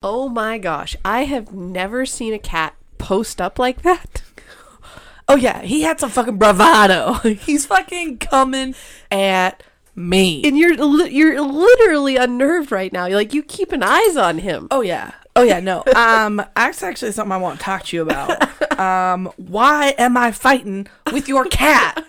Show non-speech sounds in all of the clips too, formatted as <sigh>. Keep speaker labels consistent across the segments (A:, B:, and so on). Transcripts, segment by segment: A: Oh my gosh, I have never seen a cat post up like that. Oh yeah, he had some fucking
B: <laughs>
A: bravado. He's fucking coming
B: At me.
A: and you're li- you're literally unnerved right now. You're like you keep an eyes on him.
B: Oh yeah. Oh yeah, no. Um that's actually something I want to talk to you about. Um why am I fighting with your cat?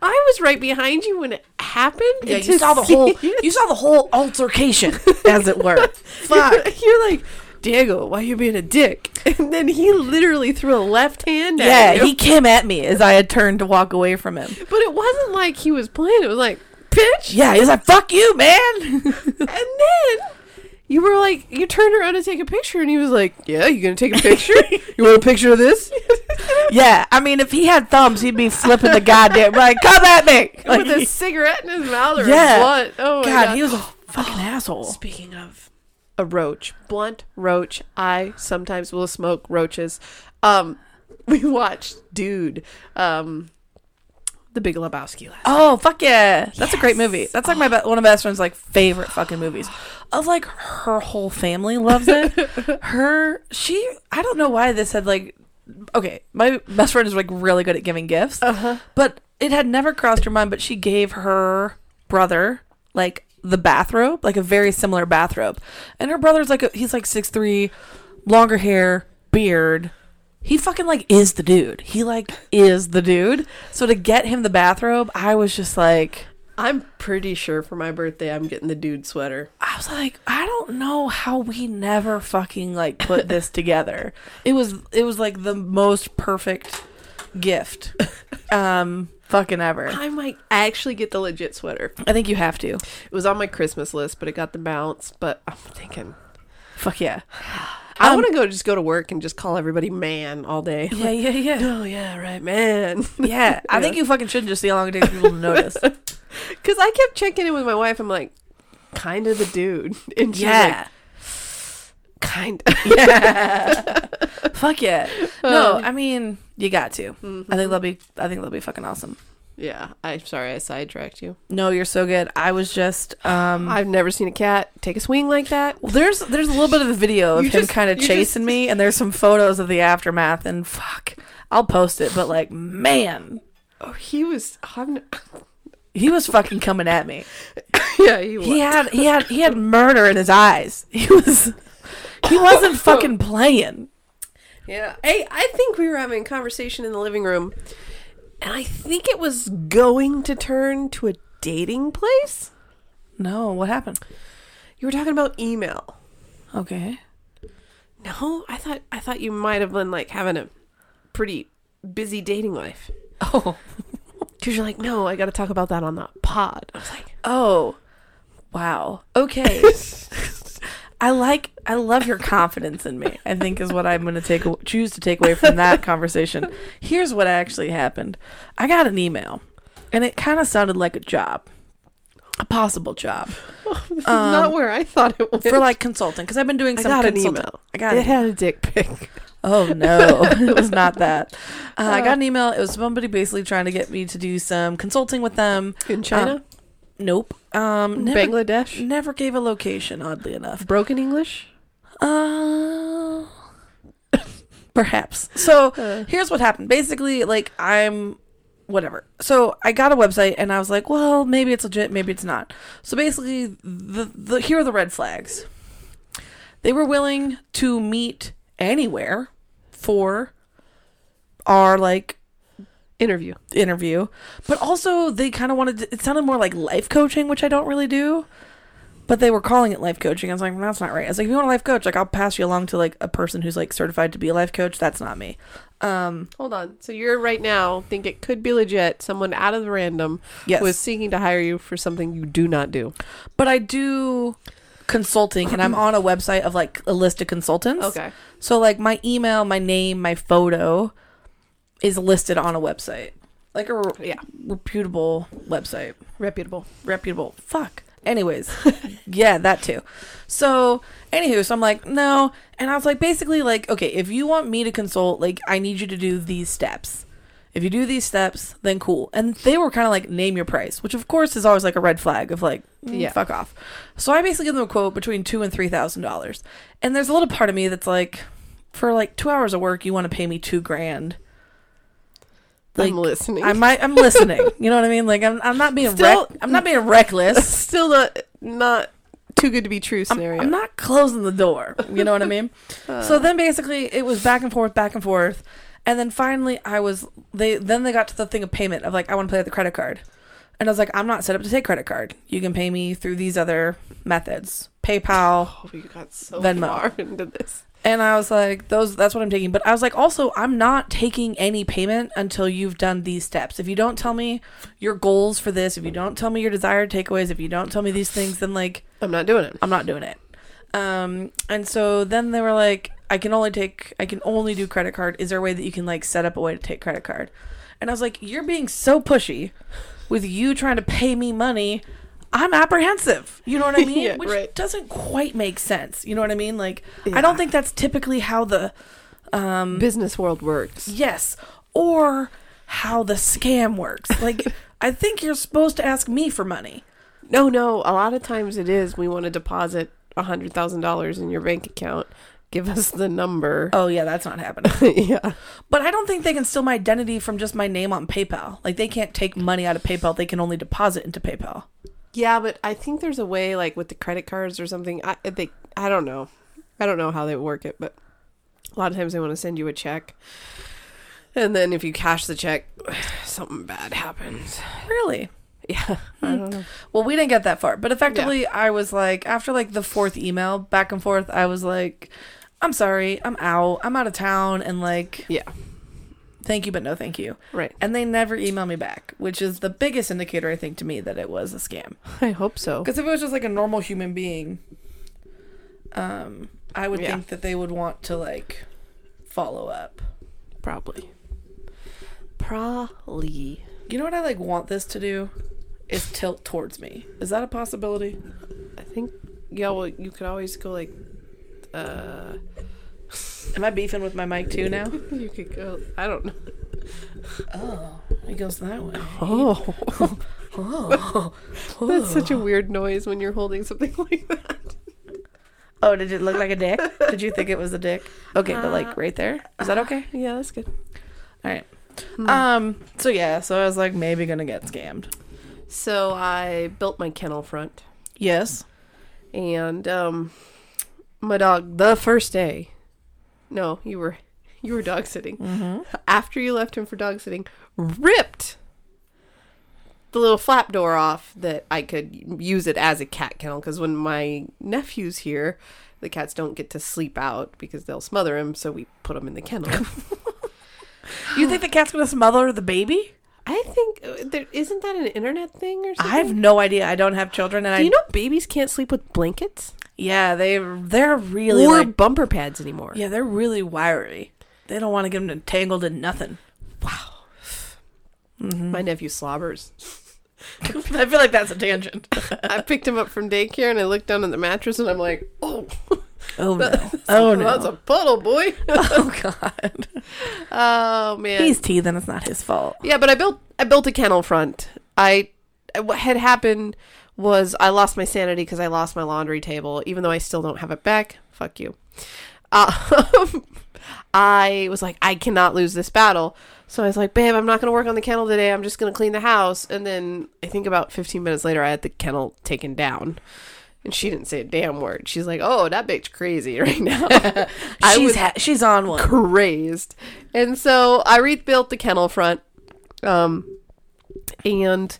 A: I was right behind you when it happened.
B: Yeah,
A: and
B: you
A: to
B: saw the
A: see <laughs>
B: whole
A: it-
B: you saw the whole altercation, as it were. Fuck.
A: You're, you're like Diego, why you being a dick? <laughs> And then he literally threw a left hand
B: <laughs> Yeah,
A: at you.
B: he came at me as I had turned to walk away from him.
A: but it wasn't like he was playing. It was like pitch.
B: Yeah, he's like, "Fuck you, man." <laughs>
A: And then you were like, you turned around to take a picture, and he was like, "Yeah, you gonna take a
B: <laughs>
A: picture? you want a picture of this?" <laughs>
B: yeah, I mean, if he had thumbs, he'd be flipping the goddamn like, "Come at me!" Like,
A: With a cigarette in his mouth or
B: Yeah.
A: a blunt. Oh my god,
B: God, he was a <gasps> fucking asshole.
A: Speaking of a roach, blunt roach, I sometimes will smoke roaches. Um, <laughs> we watched Dude, um, The Big Lebowski last.
B: Oh fuck yeah, that's a great
A: Yes.
B: movie. That's like my be- one of my best friend's like favorite fucking movies. Of like her whole family loves <laughs> it. her she I don't know why this had like okay my best friend is like really good at giving gifts,
A: Uh-huh.
B: but it had never crossed her mind. But she gave her brother like the bathrobe, like a very similar bathrobe, and her brother's like a, he's like six three, longer hair, beard. He fucking like is the dude. He like is the dude. So to get him the bathrobe, I was just like,
A: I'm pretty sure for my birthday, I'm getting the Dude sweater.
B: I was like, I don't know how we never fucking like put this together. It was it was like the most perfect gift, um, fucking ever.
A: I might actually get the legit sweater.
B: I think you have to.
A: It was on my Christmas list, but it got the bounce. But I'm thinking,
B: Fuck yeah.
A: I
B: Um,
A: want to go just go to work and just call everybody man all
B: <laughs>
A: day.
B: Yeah, yeah, yeah.
A: Oh yeah, right, man.
B: Yeah, I think you fucking should just see how long it takes people to <laughs> notice.
A: Because I kept checking in with my wife. I'm like, kind of the dude, <laughs> and she's like,
B: yeah,
A: kind.
B: yeah. <laughs> Uh, Fuck yeah. No,
A: Um,
B: I mean you got to.
A: Mhm.
B: I think that'll be. I think that'll be fucking awesome.
A: Yeah, I'm sorry I sidetracked you.
B: No, you're so good. I was just. um
A: I've never seen a cat take a swing like that.
B: Well, there's there's a little bit of a video of
A: You
B: him
A: just-
B: kind
A: you
B: of
A: just-
B: chasing me, and there's some photos of the aftermath. And fuck, I'll post it. But like, man,
A: Oh, he was. I'm, <laughs>
B: he was fucking coming at me.
A: yeah, he was.
B: He had he had he had murder in his eyes. He was he <laughs> wasn't fucking playing.
A: Yeah. Hey, I think we were having a conversation in the living room, and I think it was going to turn to a dating place.
B: No, what happened?
A: You were talking about email.
B: Okay,
A: No, I thought I thought you might have been like having a pretty busy dating life.
B: oh
A: Cause you're like, no, I got to talk about that on the pod. I was <laughs> like,
B: oh, wow.
A: <laughs>
B: Okay, I like I love your confidence in me. I think is what I'm going to take choose to take away from that conversation. Here's what actually happened. I got an email and it kind of sounded like a job. A possible job
A: this is not where I thought it was.
B: for like consulting cuz I've been doing
A: Um, I
B: some
A: got an
B: consulting.
A: email.
B: I got
A: it
B: an
A: had a dick pic. <laughs>
B: Oh no, it was not that. Uh, I got an email. It was somebody basically trying to get me to do some consulting with them.
A: In China?
B: Nope. Um, never,
A: Bangladesh?
B: never gave a location. Oddly enough.
A: Broken English?
B: Uh, <coughs> perhaps. So
A: Uh.
B: here's what happened. Basically, like I'm whatever. So I got a website and I was like, well, maybe it's legit, maybe it's not. So basically, the, the here are the red flags. They were willing to meet anywhere for our like
A: Interview.
B: interview, but also they kind of wanted. To, it sounded more like life coaching, which I don't really do. But they were calling it life coaching. I was like, "Well, that's not right. I was like, if you want a life coach, like I'll pass you along to like a person who's like certified to be a life coach. That's not me. Um,
A: Hold on. So you're right now think it could be legit. Someone out of the random
B: yes,
A: was seeking to hire you for something you do not do.
B: but I do consulting, and I'm on a website of like a list of consultants. So like my email, my name, my photo is listed on a website, like a re-
A: Yeah.
B: reputable website.
A: Reputable.
B: reputable. Fuck. Anyways, <laughs> yeah, that too. So, anywho, so I'm like, no. And I was like, basically, like, okay, if you want me to consult, like, I need you to do these steps. If you do these steps, then cool. And they were kind of like, name your price, which of course is always like a red flag of like, mm,
A: Yeah.
B: fuck off. So I basically give them a quote between two and three thousand dollars. And there's a little part of me that's like, for like two hours of work, you want to pay me two grand. Like,
A: I'm listening. <laughs>
B: I might. I'm listening. You know what I mean? Like I'm. I'm not being.
A: Still-
B: rec- I'm not being
A: <laughs>
B: reckless.
A: still not not too good to be true
B: I'm,
A: scenario. Uh,
B: I'm not closing the door. You know what I mean? so then basically it was back and forth, back and forth, and then finally I was. They then they got to the thing of payment of like I want to pay with the credit card, and I was like I'm not set up to take credit card. You can pay me through these other methods, PayPal,
A: oh, we got so
B: Venmo.
A: far <laughs> into this.
B: And I was like, those that's what I'm taking. But I was like, also, I'm not taking any payment until you've done these steps. If you don't tell me your goals for this, if you don't tell me your desired takeaways, if you don't tell me these things, then like
A: I'm not doing it.
B: I'm not doing it. Um and so then they were like, I can only take I can only do credit card. Is there a way that you can like set up a way to take credit card? And I was like, You're being so pushy with you trying to pay me money. I'm apprehensive. You <laughs> know what I mean?
A: Yeah,
B: Which
A: right.
B: doesn't quite make sense. You know what I mean? Like I
A: Yeah.
B: don't think that's typically how the um
A: Business world works.
B: yes or how the scam works. <laughs> Like I think you're supposed to ask me for money.
A: No, no. A lot of times it is. We want to deposit a hundred thousand dollars in your bank account. Give us the number.
B: Oh yeah, that's not happening.
A: <laughs> yeah.
B: But I don't think they can steal my identity from just my name on PayPal. Like they can't take money out of PayPal. They can only deposit into PayPal.
A: Yeah, but I think there's a way, like with the credit cards or something. I I think I don't know. I don't know how they work it, but a lot of times they want to send you a check, and then if you cash the check, <sighs> something bad happens.
B: Really?
A: Yeah, I don't know.
B: Well, we didn't get that far. But effectively, I was like, after like the fourth email back and forth, I was like, I'm sorry, I'm out, I'm out of town, and like,
A: Yeah,
B: thank you, but no thank you.
A: right.
B: And they never emailed me back, which is the biggest indicator I think to me that it was a scam.
A: I hope so.
B: Because if it was just like a normal human being, um, I would
A: Yeah.
B: think that they would want to like follow up.
A: Probably. Probably.
B: You know what I like want this to do? Is tilt towards me. Is that a possibility?
A: I think. Yeah. Well, you could always go like. Uh,
B: Am I beefing with my mic too now?
A: <laughs> you could go. I don't know.
B: Oh, it goes that way.
A: Oh,
B: Oh.
A: <laughs> that's such a weird noise when you're holding something <laughs> like that.
B: Oh, did it look like a dick? Did you think it was a dick? Okay, but like right there. Is that okay?
A: Yeah, that's good.
B: All right. Um. So yeah. So I was like, maybe gonna get scammed.
A: So I built my kennel front.
B: Yes.
A: and um my dog the first day no you were you were dog sitting
B: Mm-hmm.
A: after you left him for dog sitting ripped the little flap door off that i could use it as a cat kennel because when my nephew's here the cats don't get to sleep out because they'll smother him so we put him in the kennel
B: <laughs> You think the cat's gonna smother the baby?
A: i think uh, there isn't that an internet thing or something
B: I have no idea. I don't have children, and I
A: do you know babies can't sleep with blankets
B: yeah they they're really
A: or
B: like-
A: bumper pads anymore
B: yeah they're really wiry. They don't want to get them entangled in nothing. Mm-hmm.
A: my nephew slobbers
B: <laughs> I feel like that's a tangent.
A: I picked him up from daycare and I looked down at the mattress and I'm like, oh,
B: Oh <laughs> no! Oh
A: that's a puddle, boy.
B: <laughs>
A: <laughs>
B: Oh god!
A: oh man.
B: He's teething. It's not his fault.
A: yeah, but I built I built a kennel front. I I- what had happened was I lost my sanity because I lost my laundry table, even though I still don't have it back. Fuck you. Um, <laughs> I was like, I cannot lose this battle. So I was like, babe, I'm not going to work on the kennel today. I'm just going to clean the house. And then I think about 15 minutes later, I had the kennel taken down. And she didn't say a damn word. She's like, oh, that bitch crazy <laughs> right now. I
B: she's
A: was-
B: ha- she's on one.
A: crazed. And so I rebuilt the kennel front um, and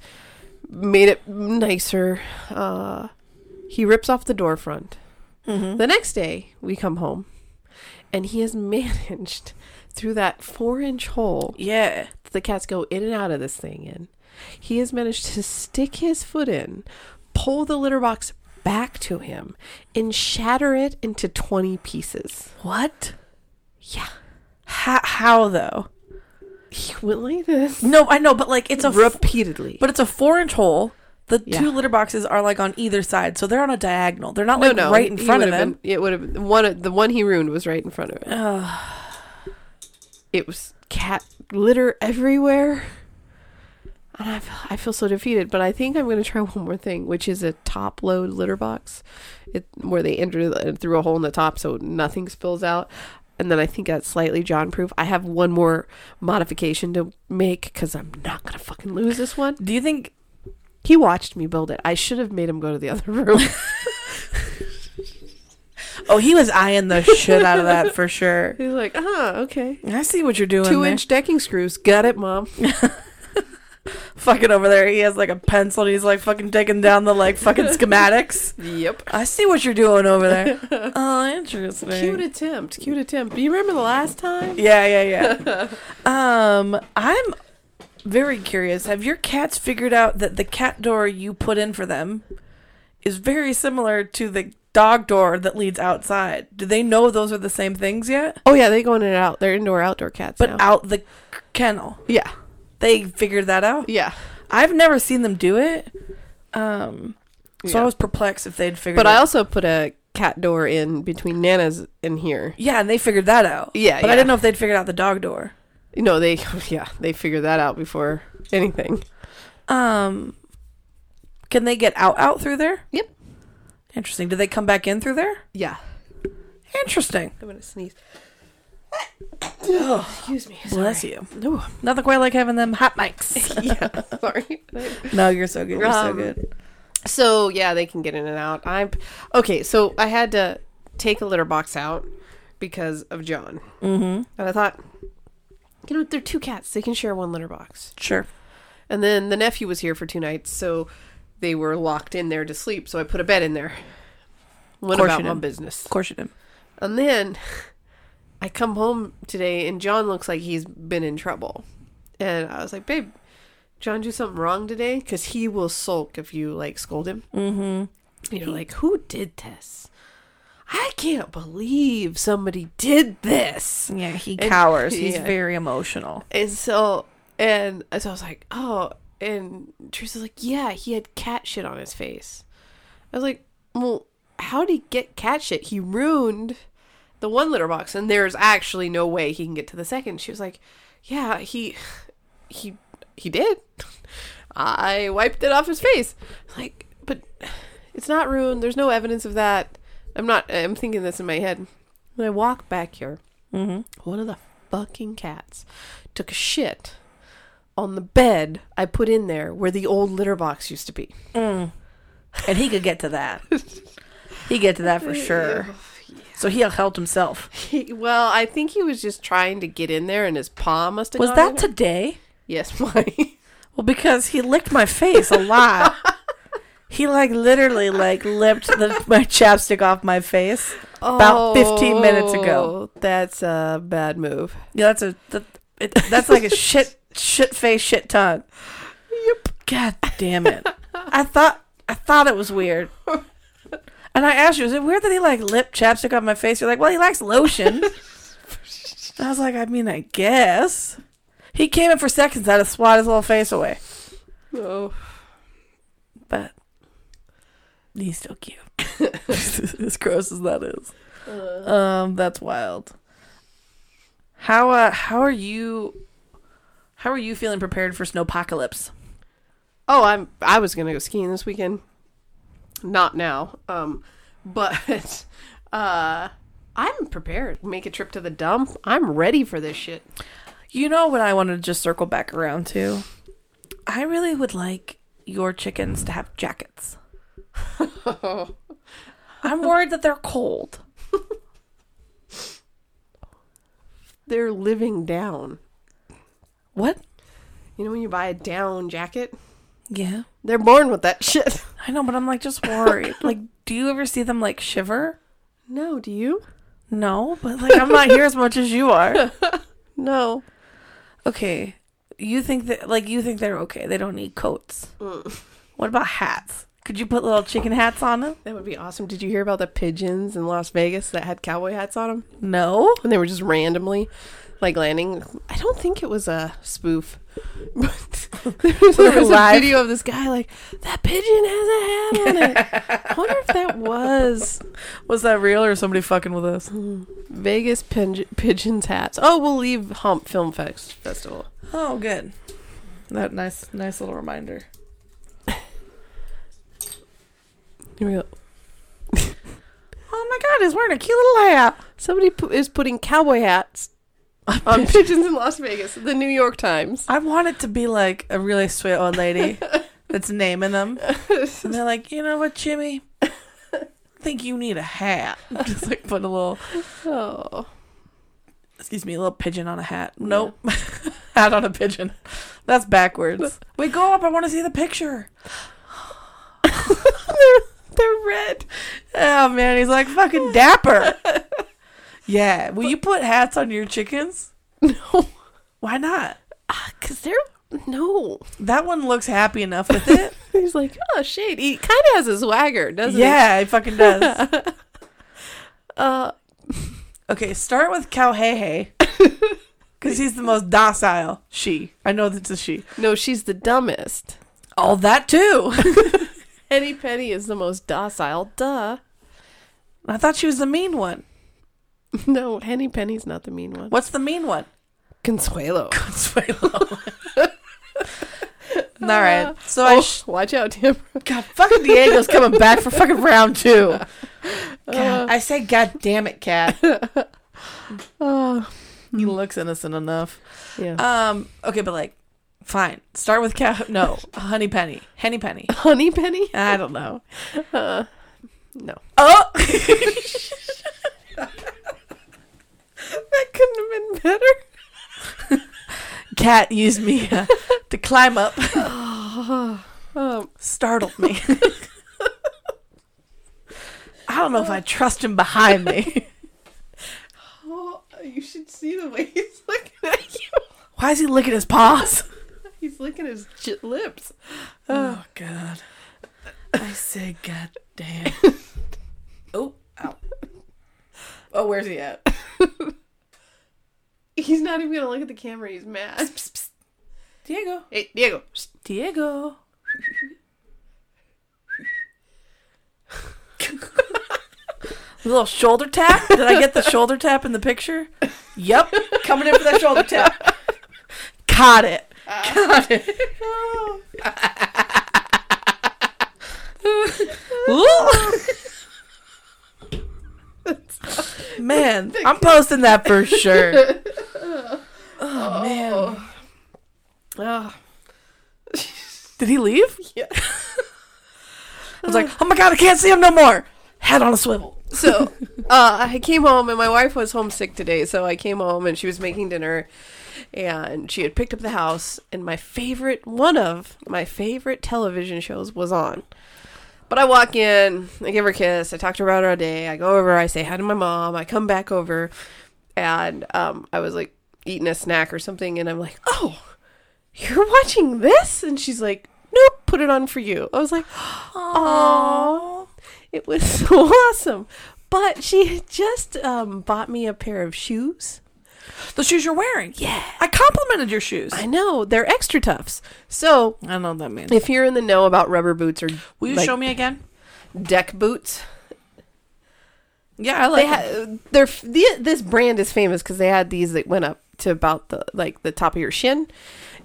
A: made it nicer. Uh, he rips off the door front. The next day, we come home and he has <laughs> managed through that four inch hole
B: Yeah.
A: that the cats go in and out of this thing in. He has managed to stick his foot in, pull the litter box back to him, and shatter it into 20 pieces.
B: What?
A: Yeah.
B: How, how though?
A: He went like this.
B: No, I know, but like it's a f-
A: repeatedly.
B: but it's a four inch hole. The
A: Yeah.
B: two litter boxes are like on either side, so they're on a diagonal. They're not
A: No,
B: like
A: no,
B: right in
A: he
B: front of
A: would've
B: him.
A: Been, it would have one. The one he ruined was right in front of him.
B: Ugh.
A: It was cat litter everywhere, and I feel, I feel so defeated. But I think I'm going to try <laughs> one more thing, which is a top load litter box, it where they enter the, through a hole in the top so nothing spills out. And then I think that's slightly John proof. I have one more modification to make because I'm not going to fucking lose this one.
B: Do you think
A: He watched me build it. I should have made him go to the <laughs> other room.
B: Oh, he was eyeing the shit out of that for sure.
A: He's like, ah, okay.
B: <laughs> I see what you're doing.
A: Two
B: there.
A: inch decking screws. Got it, mom.
B: fucking over there. He has like a pencil and he's like fucking taking down the like fucking schematics.
A: Yep.
B: I see what you're doing
A: <laughs>
B: over there. oh, interesting.
A: Uh, Cute attempt. Cute attempt. Do you remember the last time?
B: <laughs> Yeah, yeah, yeah. um, I'm very curious. Have your cats figured out that the cat door you put in for them is very similar to the dog door that leads outside? Do they know those are the same things yet?
A: Oh yeah, they go in and out. They're indoor outdoor cats.
B: But
A: now.
B: out the kennel.
A: yeah,
B: They figured that out.
A: yeah.
B: I've never seen them do it. Um, so
A: Yeah.
B: I was perplexed if they'd figured
A: But
B: it
A: I
B: out.
A: also put a cat door in between Nana's and here.
B: Yeah, and they figured that out.
A: Yeah,
B: But I
A: yeah.
B: didn't know if they'd figured out the dog door.
A: You know they, <laughs> yeah, they figured that out before anything.
B: Um, can they get out out through there?
A: Yep.
B: Interesting. Do they come back in through there?
A: Yeah,
B: Interesting.
A: I'm gonna sneeze.
B: Ugh,
A: Excuse me.
B: bless you.
A: No.
B: Nothing quite like having them hot mics. <laughs>
A: yeah. Sorry. <laughs>
B: no, you're so good. You're so
A: Um,
B: good.
A: So yeah, they can get in and out. I'm okay. So I had to take a litter box out because of John,
B: Mm-hmm.
A: and I thought, you know, they're two cats. They can share one litter box.
B: Sure.
A: And then the nephew was here for two nights, so they were locked in there to sleep. So I put a bed in there. Went
B: Course you
A: about my
B: did.
A: business.
B: Of course you did.
A: And then I come home today, and John looks like he's been in trouble. And I was like, "Babe, John do something wrong today?" Because he will sulk if you like scold him. Mm-hmm. You're like, "Who did this? I can't believe somebody did this."
B: Yeah, he
A: And-
B: cowers. He's
A: yeah.
B: very emotional.
A: And so, and so I was like, oh, and Teresa's like, yeah, he had cat shit on his face. I was like, well, how did he get cat shit? He ruined the one litter box, and there's actually no way he can get to the second. She was like, yeah, he, he, he did. I wiped it off his face. I was Like, but it's not ruined. There's no evidence of that. I'm not, I'm thinking this in my head. When I walk back here,
B: Mm-hmm.
A: one of the fucking cats took a shit on the bed I put in there where the old litter box used to be.
B: Mm. And he could get to <laughs> that. he get to that for sure. So he helped himself.
A: He, well, I think he was just trying to get in there and his paw must have
B: Was
A: gone in
B: that
A: there.
B: today?
A: Yes, why?
B: Well, because he licked my face a lot. <laughs> he like literally like lipped the, my chapstick off my face. <laughs> About 15 minutes ago.
A: Oh, That's a bad move.
B: Yeah, that's a that, it, that's like a shit shit face shit tongue. Yep. God damn it. I thought I thought it was weird. And I asked you, is it weird that he like lip chapstick on my face? You're like, well, he likes <laughs> lotion. I was like, I mean, I guess. He came in for seconds. I had to swat his little face away,
A: Oh.
B: but he's still <laughs> cute. as gross as that is. Um, that's wild. How uh, how are you? How are you feeling prepared for snowpocalypse?
A: Oh, I'm I was gonna go skiing this weekend. Not now. Um but <laughs> uh I'm prepared. Make a trip to the dump. I'm ready for this shit.
B: You know what I want to just circle back around to. I really would like your chickens to have jackets. <laughs> I'm worried that they're cold.
A: <laughs> They're living down.
B: What?
A: You know when you buy a down jacket?
B: Yeah,
A: They're born with that shit. <laughs>
B: I know, but I'm like just worried. <laughs> like, do you ever see them like shiver?
A: No, do you?
B: No, but like I'm not here as much as you <laughs> are.
A: No.
B: Okay. You think that like you think they're okay. They don't need coats.
A: Mm.
B: What about hats? Could you put little chicken hats on them?
A: That would be awesome. Did you hear about the pigeons in Las Vegas that had cowboy hats on them?
B: No.
A: And they were just randomly like landing. I don't think it was a spoof, <laughs> but There's
B: They're
A: a
B: live.
A: video of this guy like that pigeon has a hat on it. I wonder if that was
B: Was that real or somebody fucking with us?
A: Vegas pin- pigeons hats. Oh, we'll leave Hump Film Fest Festival.
B: Oh, good. That nice, nice little reminder.
A: Here we go.
B: Oh my God, he's wearing a cute little hat.
A: Somebody pu- is putting cowboy hats <laughs> on pigeons in Las Vegas. The New York Times.
B: I want it to be like a really sweet old <laughs> lady that's naming them, and they're like, you know what, <laughs> Jimmy? I think you need a hat. <laughs> Just like put a little,
A: Oh,
B: excuse me, a little pigeon on a hat. Nope, <laughs> hat on a pigeon. That's <laughs> backwards. Wait, go up. I want to see the picture.
A: they're red.
B: Oh man, he's like fucking <laughs> dapper. yeah. Will you put hats on your chickens?
A: No,
B: Why not?
A: because they're no.
B: That one looks happy enough with <laughs> it.
A: He's like, oh shit. He kind of has a swagger, doesn't
B: yeah, it fucking <laughs> does.
A: he? Uh,
B: Okay, start with Cow Hey Hey. <laughs> Because he's the most docile. She. I know that's a she.
A: no, she's the dumbest.
B: All that too.
A: Henny Penny is the most docile. Duh.
B: <laughs> I thought she was the mean one.
A: <laughs> No, Henny Penny's not the mean one.
B: What's the mean one?
A: Consuelo.
B: Consuelo. All right. So
A: <laughs>
B: I.
A: oh,
B: Sh-
A: watch out, Tim.
B: God, fucking Diego's coming back for fucking round two. <laughs> Uh. God, I say, God damn it, <laughs> cat.
A: Oh,
B: Uh, He looks innocent enough.
A: yeah.
B: Um. Okay, but like, fine. Start with cow. No, Honey Penny. Henny Penny.
A: Honey Penny?
B: I don't know.
A: <laughs> Uh, no.
B: Oh. <laughs>
A: That couldn't have been better.
B: cat used me uh, to climb up.
A: Um,
B: Startled me. <laughs> I don't know if I trust him behind me.
A: oh, you should see the way he's looking at you.
B: Why is he licking his paws?
A: He's licking his j- lips.
B: Oh <laughs> God! I say, God <laughs> damn. oh, ow. Oh, where's he at?
A: He's not even gonna look at the camera. He's mad.
B: Diego.
A: Hey, Diego. Psst.
B: Diego. <laughs> Little shoulder tap. Did I get the shoulder tap in the picture? Yep. Coming in for that shoulder tap. <laughs> Caught it.
A: Uh, <laughs>
B: Caught it.
A: Oh.
B: Ooh. <laughs> man, I'm posting that for sure. Oh, man.
A: Oh,
B: Did he leave?
A: yeah.
B: I was like, oh my god, I can't see him no more. Head on a swivel.
A: So, uh, I came home and my wife was homesick today. So I came home and she was making dinner, and she had picked up the house. And my favorite, one of my favorite television shows was on. But I walk in, I give her a kiss, I talk to her about her all day. I go over, I say hi to my mom. I come back over, and um, I was like eating a snack or something, and I'm like, oh, you're watching this? And she's like, nope, put it on for you. I was like. Aww. It was <laughs> so awesome. But she had just um, bought me a pair of shoes.
B: The shoes you're wearing.
A: Yeah.
B: I complimented your shoes.
A: I know, they're extra toughs. So
B: I don't know what that means.
A: if you're in the know about rubber boots or
B: Will you
A: like,
B: show me again?
A: deck boots,
B: Yeah, I like
A: they ha- they're f- the, this brand is famous because they had these that went up to about the like the top of your shin,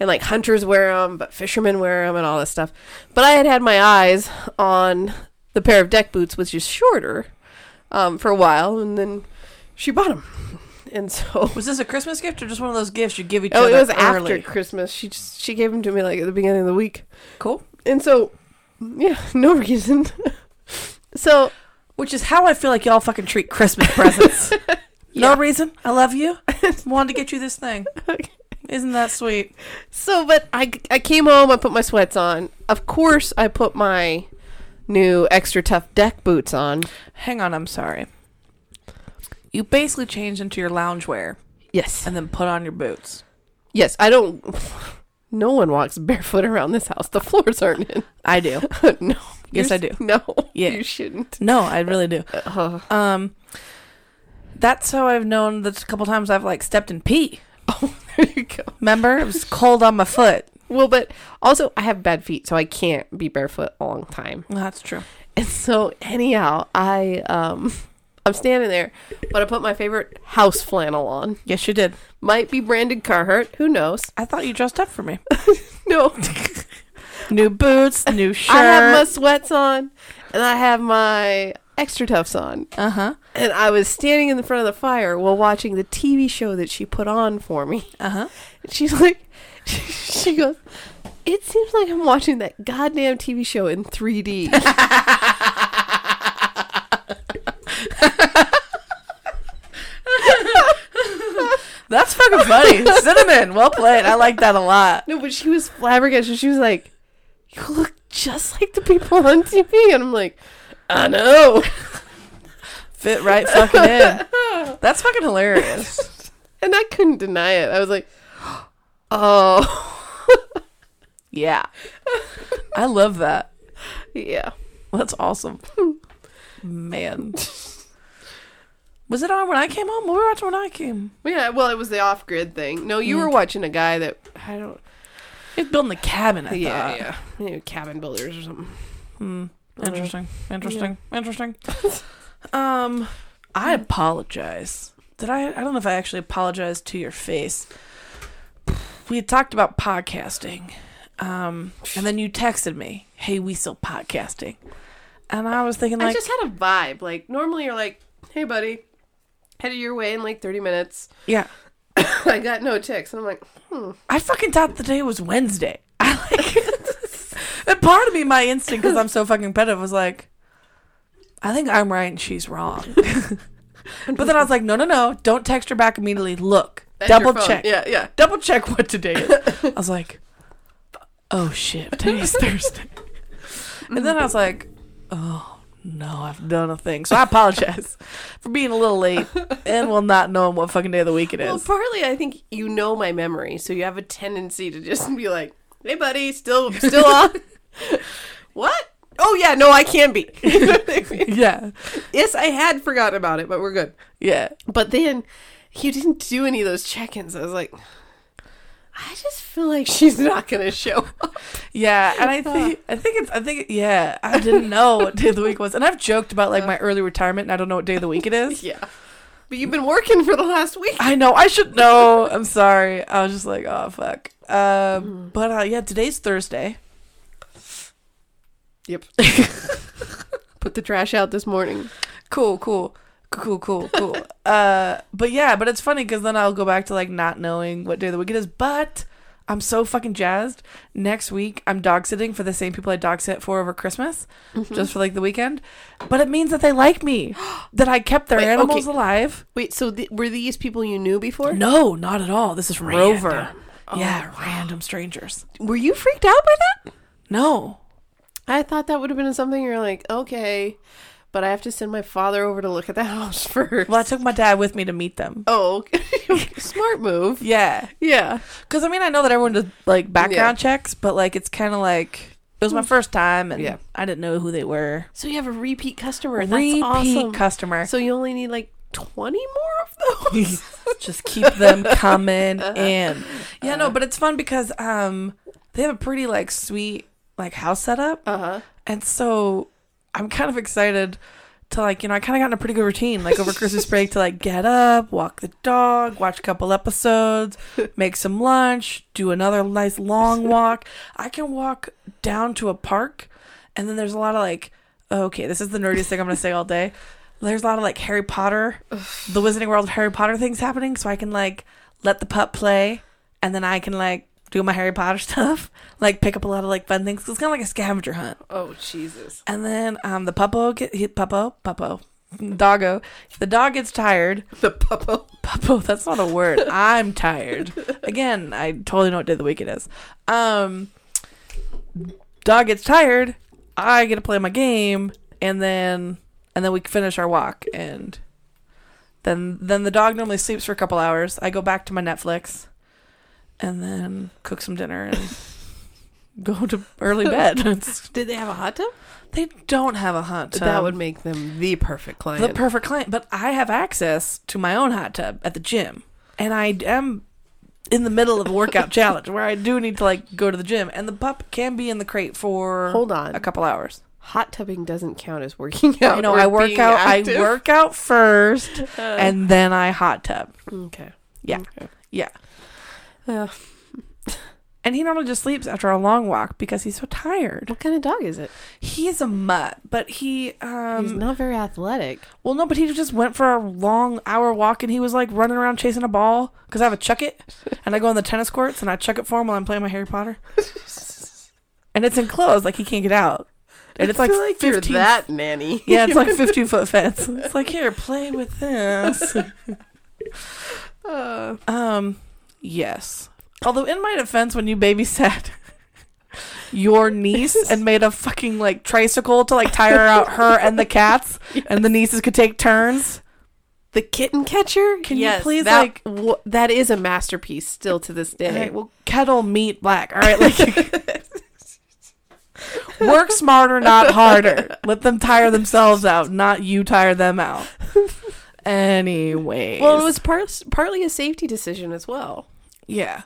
A: and like hunters wear them, but fishermen wear them, and all this stuff. But I had had my eyes on the pair of deck boots, which is shorter, um, for a while, and then she bought them, and so.
B: Was this a Christmas gift or just one of those gifts you give each
A: Oh,
B: other?
A: it was
B: early?
A: after Christmas. She just she gave them to me like at the beginning of the week,
B: Cool.
A: and so yeah, <laughs> no reason. so
B: Which is how I feel like y'all fucking treat Christmas <laughs> presents.
A: Yeah.
B: No reason. I love <laughs> you. Wanted to get you this thing. Isn't that sweet?
A: So, but I, I came home, I put my sweats on. Of course, I put my new extra tough deck boots on.
B: Hang on, I'm sorry. You basically changed into your loungewear
A: Yes.
B: and then put on your boots.
A: Yes, I don't. <laughs> No one walks barefoot around this house. The floors aren't in. <laughs>
B: I do.
A: no.
B: Yes,
A: You're-
B: I do.
A: No.
B: Yeah.
A: You shouldn't.
B: No, I really do.
A: <laughs> Uh,
B: Um, that's how I've known that a couple times I've like stepped in pee.
A: oh, there you go.
B: Remember, it was cold on my foot.
A: Well, but also I have bad feet, so I can't be barefoot a long time.
B: That's true.
A: And so anyhow, I um I'm standing there, but I put my favorite house flannel on.
B: Yes, you did.
A: Might be branded Carhartt, who knows?
B: I thought you dressed up for me.
A: No.
B: <laughs> new boots, new shirt.
A: I have my sweats on and I have my extra tufts on.
B: uh huh.
A: And I was standing in the front of the fire while watching the TV show that she put on for me. <laughs>
B: Uh huh.
A: And she's like, <laughs> she goes, it seems like I'm watching that goddamn TV show in 3D.
B: That's
A: <laughs>
B: fucking funny. Cinnamon, well played. I like that a lot.
A: No, but she was flabbergasted. She was like, "You look just like the people on TV," and I'm like, "I know."
B: Fit right fucking in. That's fucking hilarious.
A: And I couldn't deny it. I was like, <gasps> "Oh,
B: Yeah. I love that.
A: yeah."
B: That's awesome. Man. Was it on when I came home? What were we watching when I came?
A: Yeah. Well, it was the off-grid thing. No, you were
B: Mm.
A: watching a guy that I don't.
B: It's building the cabin, I
A: yeah,
B: thought.
A: yeah. You know, cabin builders or something.
B: Hmm. Interesting. Interesting. <laughs> Interesting. um, I apologize. Did I? I don't know if I actually apologized to your face. We had talked about podcasting, um, and then you texted me, "Hey, we still podcasting," and I was thinking
A: I
B: like,
A: just had a vibe. Like normally, you're like, "Hey, buddy." Headed your way in like 30 minutes. <laughs>
B: "Yeah."
A: I got no ticks. And I'm like,
B: I fucking thought the day was Wednesday. <laughs> I like, and part of me, my instinct, because I'm so fucking competitive, was like, I think I'm right and she's wrong. <laughs> but then I was like, no, no, no, don't text her back immediately. Look,
A: "That's your
B: double
A: phone."
B: check,
A: Yeah, yeah.
B: double check what
A: <laughs>
B: today is. I was like, oh shit, today's Thursday. And then I was like, oh no, I've done a thing. So I apologize for being a
A: <laughs>
B: little late and will not knowing what fucking day of the week it is.
A: Well, partly I think you know my memory, so you have a tendency to just be like, "Hey, buddy, still <laughs> still on? what? Oh yeah, no, I can be. <laughs>
B: yeah,
A: yes, I had forgotten about it, but we're good.
B: yeah.
A: But then you didn't do any of those check-ins. I was like, I just feel like she's not gonna show up.
B: Yeah, and I think I think it's I think yeah, I didn't know what day of the week was, and I've joked about like my early retirement, and I don't know what day of the week
A: <laughs>
B: it
A: <laughs>
B: is.
A: yeah, but you've been working for the last week.
B: I know I should know. I'm sorry. I was just like, oh fuck. Uh, but uh, yeah, today's Thursday.
A: <laughs> Yep. Put the trash out this morning.
B: Cool, cool, cool, cool, cool. <laughs> uh, but yeah, but it's funny because then I'll go back to like not knowing what day of the week it is. But I'm so fucking jazzed. Next week I'm dog sitting for the same people I dog sit for over Christmas,
A: Mm-hmm.
B: just for like the weekend. But it means that they like
A: <gasps>
B: me, that I kept their
A: Wait, okay.
B: animals alive.
A: Wait, so th- were these people you knew before?
B: No, not at all. This is Rover.
A: Random. Oh.
B: yeah, random strangers.
A: Were you freaked out by that?
B: No.
A: I thought that would have been something you're like, okay, but I have to send my father over to look at the <laughs> house first.
B: Well, I took my dad with me to meet them.
A: <laughs> Oh, <laughs> okay. smart move.
B: Yeah.
A: Yeah.
B: Because, I mean, I know that everyone does, like, background
A: Yeah. Hmm.
B: checks, but, like, it's kind of like it was my first time and
A: Yeah.
B: I didn't know who they were.
A: So you have a repeat customer. That's
B: Repeat
A: awesome.
B: customer.
A: so you only need like 20 more of <laughs> those.
B: Just keep
A: <laughs>
B: them coming
A: Uh-huh.
B: in. Yeah, no, but it's fun because um they have a pretty, like, sweet, like, house setup.
A: uh huh.
B: And so I'm kind of excited to like, you know, I kind of got in a pretty good routine like over Christmas break to like get up, walk the dog, watch a couple episodes, make some lunch, do another nice long walk. I can walk down to a park and then there's a lot of like, okay, this is the nerdiest thing I'm going to say all day. There's a lot of like Harry Potter, the Wizarding World of Harry Potter things happening. So I can like let the pup play and then I can like do my Harry Potter <laughs> stuff, like pick up a lot of like fun things. It's kind of like a scavenger hunt.
A: Oh, Jesus.
B: And then um, the puppo, get, he, puppo, puppo, doggo. The dog gets tired. <laughs>
A: The puppo.
B: Puppo, that's not a word.
A: <laughs>
B: I'm tired. Again, I totally know what day of the week it is. Um, dog gets tired. I get to play my game, and then and then we finish our walk, and then then the dog normally sleeps for a couple hours. I go back to my Netflix, and then cook some
A: <laughs>
B: dinner and go to early bed. It's-
A: Did they have a hot tub?
B: they don't have a um, hot tub.
A: that would make them the perfect client.
B: the perfect client, but I have access to my own hot tub at the gym, and I am in the middle of a
A: <laughs>
B: workout challenge where I do need to like go to the gym, and the pup can be in the crate for
A: Hold on.
B: a couple hours.
A: Hot tubbing doesn't count as <laughs> working out.
B: You know,
A: or
B: I work
A: being
B: out.
A: active. <laughs>
B: I work out first, and then I hot tub.
A: Okay.
B: Yeah.
A: Okay.
B: Yeah,
A: Uh,
B: and he normally just sleeps after a long walk because he's so tired.
A: what kind of dog is it?
B: He is a mutt, but he
A: He's
B: um
A: not very athletic. <laughs>
B: well no, but he just went for a long hour walk and he was like running around chasing a ball because I have a chuck it, and I go on the tennis courts and I chuck it for him while I'm playing my Harry Potter, and it's enclosed like he can't get out, and it's
A: I
B: like,
A: feel like you're
B: 15
A: that <laughs> nanny.
B: <laughs> Yeah, it's like 15
A: <laughs>
B: foot fence. It's like, here, play with this.
A: Uh,
B: Um, yes. Although, in my defense, when you babysat <laughs> your niece and made a fucking like tricycle to like tire out her and the
A: <laughs>
B: cats, and the nieces could take turns.
A: the kitten catcher.
B: Can you please,
A: that,
B: like-
A: w- that is a masterpiece still to this day.
B: Okay, well, kettle meat black. All right, like. Work smarter, not harder. Let them tire themselves out, not you tire them out. Anyway.
A: Well, it was par- partly a safety decision as well.
B: Yeah.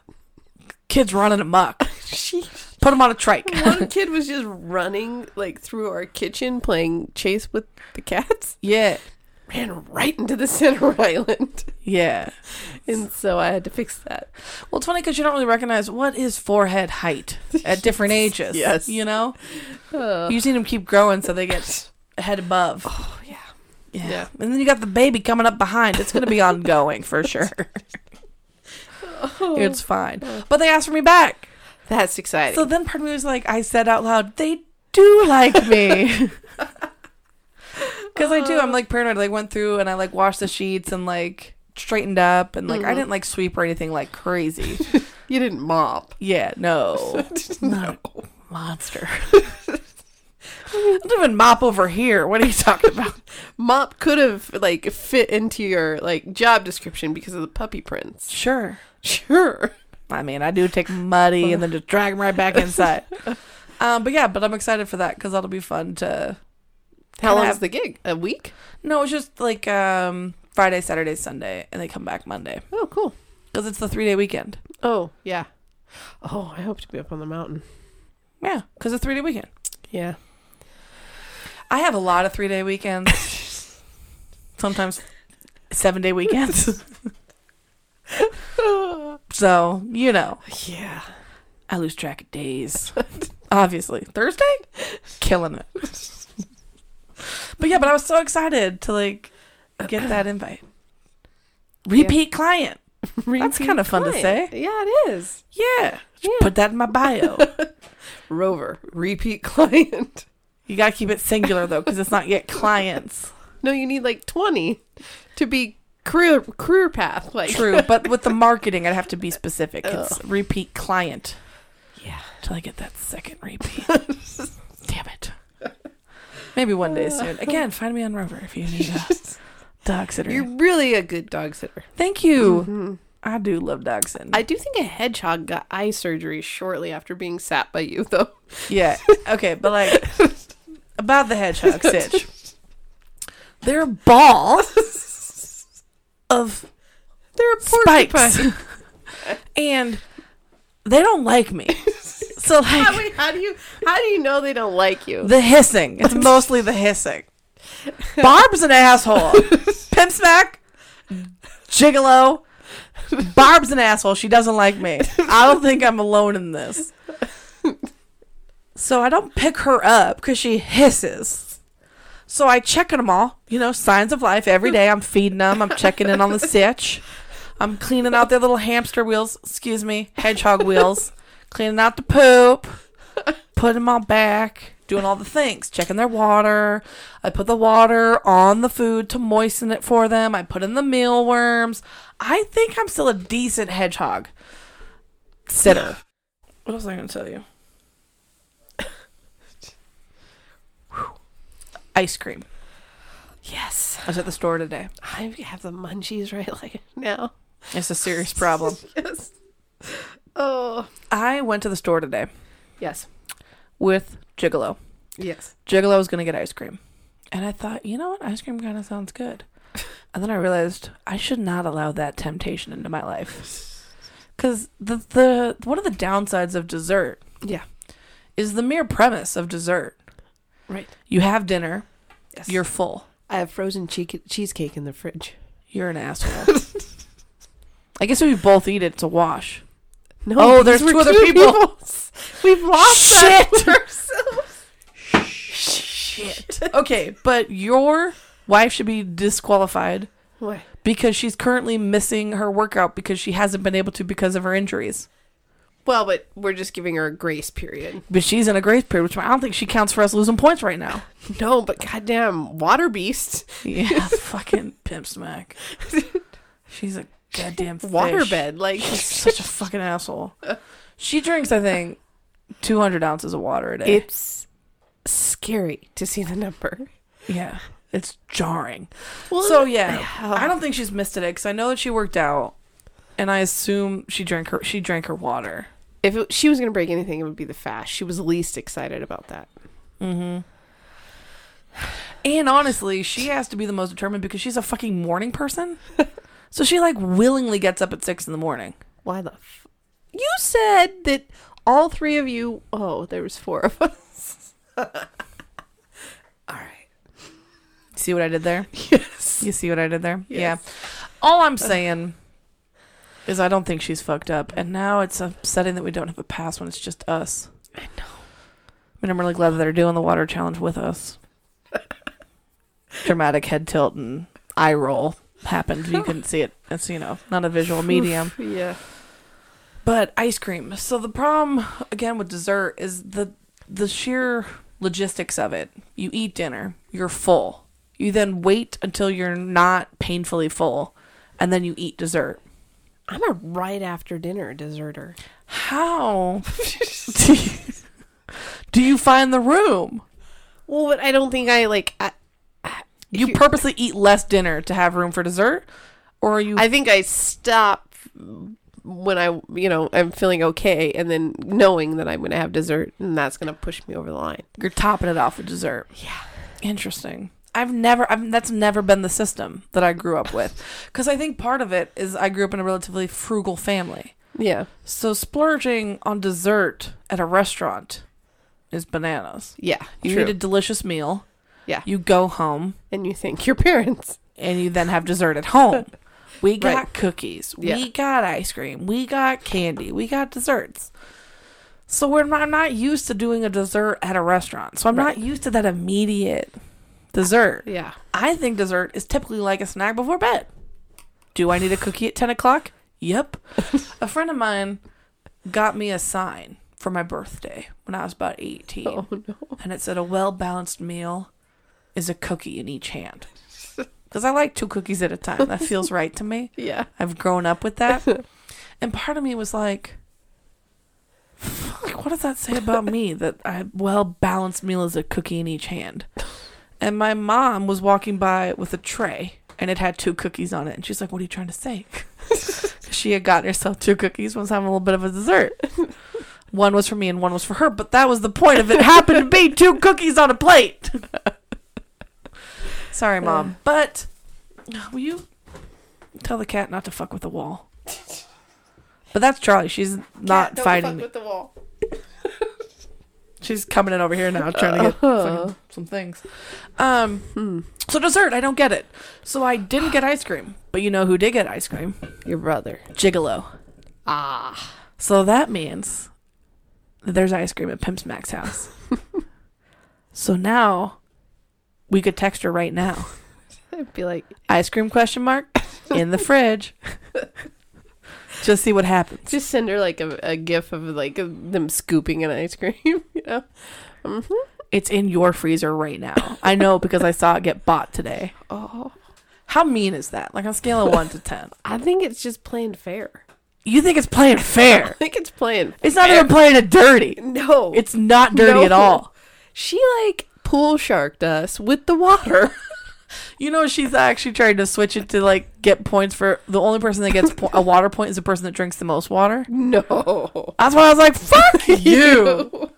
B: Kids running amok.
A: She
B: Put them on a trike.
A: one kid was just running like through our kitchen playing chase with the cats,
B: yeah.
A: ran right into the center island, <laughs>
B: Yeah.
A: and so I had to fix that.
B: Well, it's funny because you don't really recognize what is forehead height at <laughs> different ages.
A: Yes.
B: You know?
A: Uh,
B: You see them keep growing so they get head above.
A: oh yeah,
B: Yeah.
A: Yeah.
B: And then you got the baby coming up behind. It's going to be ongoing <laughs> for sure.
A: <sighs>
B: It's
A: Oh,
B: fine. But they asked for me back.
A: that's exciting.
B: So then part of me was like, I said out loud, they do like
A: <laughs>
B: me. Because I
A: Oh.
B: do. I'm like paranoid. Like went through and I like washed the sheets and like straightened up and like
A: Mm-hmm.
B: I didn't like sweep or anything like crazy.
A: you didn't mop. <laughs>
B: yeah, no, no monster. I don't even mop over here. What are you talking about?
A: Mop could have like fit into your like job description because of the puppy prints. <laughs>
B: sure.
A: <laughs> Sure.
B: I mean, I do take muddy and then just drag them right back inside.
A: <laughs>
B: um, but yeah, but I'm excited for that because that'll be fun to
A: How long
B: Kinda-
A: is the gig? A week?
B: No, it's just like um, Friday, Saturday, Sunday, and they come back Monday
A: Oh, cool.
B: because it's the three day weekend.
A: Oh, yeah. Oh, I hope to be up on the mountain.
B: Yeah, because it's three day weekend.
A: Yeah. <laughs>
B: I have a lot of three day weekends. Sometimes seven day weekends. so you know,
A: <laughs> Yeah.
B: I lose track of days. Obviously, Thursday, killing it. but yeah, but I was so excited to like get that invite. Repeat client. That's kind of fun to say.
A: Yeah, it is.
B: Yeah.
A: Yeah.
B: Put that in my bio.
A: Rover, repeat <laughs> client.
B: You gotta keep it singular though, because it's not yet clients.
A: No, you need like 20 to be career career path like <laughs>
B: True, but with the marketing, I'd have to be specific. It's repeat client
A: Yeah.
B: till I get that second
A: <laughs>
B: repeat. Damn it. Maybe one day soon. Again, find me on Rover if you need a
A: <laughs>
B: dog sitter.
A: You're really a good dog sitter.
B: Thank you.
A: Mm-hmm.
B: I do love dog sitting.
A: I do think a hedgehog got eye surgery shortly after being sat by you though.
B: yeah. Okay, but like about
A: <laughs>
B: the hedgehog sitch, they're balls of
A: <laughs> They're a
B: spikes. <laughs>
A: porcupine.
B: and they don't
A: <laughs>
B: like me.
A: <laughs>
B: So
A: How,
B: like
A: wait, how do you how do you know they don't like you?
B: the hissing. It's mostly the hissing. Barb's an asshole. Pimp smack. Gigolo. Barb's an asshole. She doesn't like me. I don't think I'm alone in this. So I don't pick her up because she hisses. So I check on them all, you know, signs of life every day. I'm feeding them. I'm checking in on the sitch. I'm cleaning out their little hamster wheels, excuse me, hedgehog <laughs> wheels, cleaning out the poop, putting them all back, doing all the things, checking their water. I put the water on the food to moisten it for them. I put in the mealworms. I think I'm still a decent hedgehog sitter. What else was I going to tell you? Whew. <laughs> Ice cream.
A: Yes.
B: I was at the store today.
A: I have the munchies right like now.
B: It's a serious problem.
A: <laughs> Yes. Oh.
B: I went to the store today
A: Yes.
B: with Gigolo.
A: Yes.
B: Gigolo was going to get ice cream. And I thought, you know what? Ice cream kind of sounds good. And then I realized I should not allow that temptation into my life Because the, the one of the downsides of dessert
A: Yeah.
B: is the mere premise of dessert.
A: Right.
B: You have dinner,
A: Yes.
B: you're full,
A: I have frozen cheek- cheesecake in the fridge.
B: you're an asshole. <laughs> I guess if we both eat it, it's a wash.
A: No,
B: Oh,
A: these
B: there's
A: were
B: two other people.
A: <laughs> peoples. We've lost that with ourselves. <laughs>
B: Shit. <laughs> okay, but your wife should be disqualified
A: Why?
B: because she's currently missing her workout because she hasn't been able to because of her injuries.
A: Well, but we're just giving her a grace period.
B: But she's in a grace period, which I don't think she counts for us losing points right now.
A: No, but goddamn, water beast,
B: Yeah, <laughs> fucking pimp smack. She's a
A: <laughs>
B: goddamn fish.
A: waterbed, like
B: She's <laughs> such a fucking asshole. She drinks, I think, 200 ounces of water a
A: Eh.
B: day.
A: it's scary to see the number.
B: yeah, it's jarring.
A: Well,
B: so yeah,
A: oh.
B: I don't think she's missed it because I know that she worked out, and I assume she drank her she drank her water.
A: If it, she was gonna break anything, it would be the fast. She was least excited about that.
B: And honestly, she has to be the most determined because she's a fucking morning person. so she like willingly gets up at six in the morning.
A: Why the? F- you said that all three of you. Oh, there was four of us. all right.
B: See what I did there?
A: <laughs> Yes.
B: You see what I did there?
A: Yes.
B: Yeah. All I'm saying is I don't think she's fucked up. And now it's upsetting that we don't have a pass when it's just us.
A: I know.
B: And I'm really glad that they're doing the water challenge
A: <laughs>
B: with us. Dramatic head tilt and eye roll happened. You couldn't see it. It's, you know, not a visual medium.
A: <laughs> Yeah.
B: But ice cream. So the problem again with dessert is the the sheer logistics of it. You eat dinner, you're full. You then wait until you're not painfully full, and then you eat dessert.
A: I'm a right after dinner deserter.
B: How do you, do you find the room?
A: Well, but I don't think I like. I,
B: You purposely eat less dinner to have room for dessert, or are you?
A: I think I stop when I, you know, I'm feeling okay, and then knowing that I'm going to have dessert, and that's going to push me over the line.
B: you're topping it off with dessert. Yeah. Interesting. I've never I've that's never been the system that I grew up with. Cuz I think part of it is I grew up in a relatively frugal family.
A: Yeah.
B: So splurging on dessert at a restaurant is bananas.
A: Yeah.
B: You eat a delicious meal.
A: Yeah.
B: You go home
A: and you thank your parents.
B: and you then have dessert at home.
A: <laughs>
B: We got
A: Right.
B: cookies.
A: Yeah.
B: We got ice cream. We got candy. We got desserts. So we're not, I'm not used to doing a dessert at a restaurant. So I'm
A: Right.
B: not used to that immediate dessert.
A: Yeah.
B: I think dessert is typically like a snack before bed. Do I need a cookie at 10 o'clock?
A: <laughs>
B: Yep. a friend of mine got me a sign for my birthday when I was about
A: <laughs>
B: 18.
A: Oh no.
B: And it said, A well balanced meal is a cookie in each hand. <laughs> Because I like two cookies at a time. That feels right to me.
A: Yeah.
B: <laughs> I've grown up with that. And part of me was like, like, what does that say about me that a well balanced meal is a cookie in each hand? And my mom was walking by with a tray and it had two cookies on it. And she's like, what are you trying to say? 'Cause she had gotten herself two cookies, was having a little bit of a dessert. One was for me and one was for her, but that was the point of it. Happened to be two cookies on a plate. Sorry, mom. But will you tell the cat not to fuck with the wall? But that's Charlie. She's not fighting me.
A: with the wall.
B: She's coming in over here now, trying to get
A: Uh-huh.
B: fucking some things. Um,
A: Hmm.
B: so dessert, I don't get it. So I didn't get ice cream, but you know who did get ice cream?
A: Your brother.
B: Gigolo.
A: Ah.
B: So that means that there's ice cream at Pimp
A: <laughs>
B: Smack's house. so now we could text her right now.
A: I'd be like,
B: Ice cream question mark in the fridge.
A: <laughs>
B: Just see what happens.
A: just send her like a, a gif of like them scooping an ice cream. <laughs> You know. Mm-hmm.
B: It's in your freezer right now. I know because I saw it get bought today.
A: Oh.
B: How mean is that? Like on a scale of one to ten.
A: I think it's just playing fair.
B: You think it's playing fair.
A: I think it's playing.
B: It's not even playing it dirty.
A: <laughs> No.
B: It's not dirty at
A: No.
B: all.
A: She like pool sharked us with the water.
B: You know, she's actually trying to switch it to like get points for the only person that gets po- a water point is the person that drinks the most water.
A: <laughs> <laughs> no.
B: That's why I was
A: <laughs>
B: like, fuck you.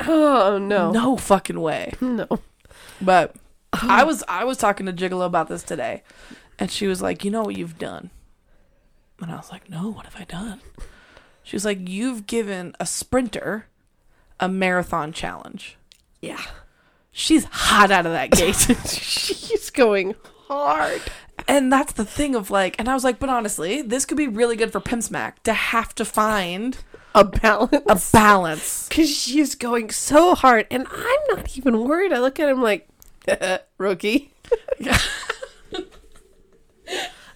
A: Oh no.
B: No fucking way.
A: No.
B: But I was I was talking to Gigolo about this today, and she was like, "You know what you've done? And I was like, no, what have I done? She was like, you've given a sprinter a marathon challenge.
A: Yeah.
B: She's hot out of that gate.
A: <laughs> She's going hard.
B: and that's the thing of like, and I was like, but honestly, this could be really good for Pimp Smack to have to find
A: A balance.
B: a balance.
A: Because she's going so hard. And I'm not even worried. I look at him like, <laughs> rookie.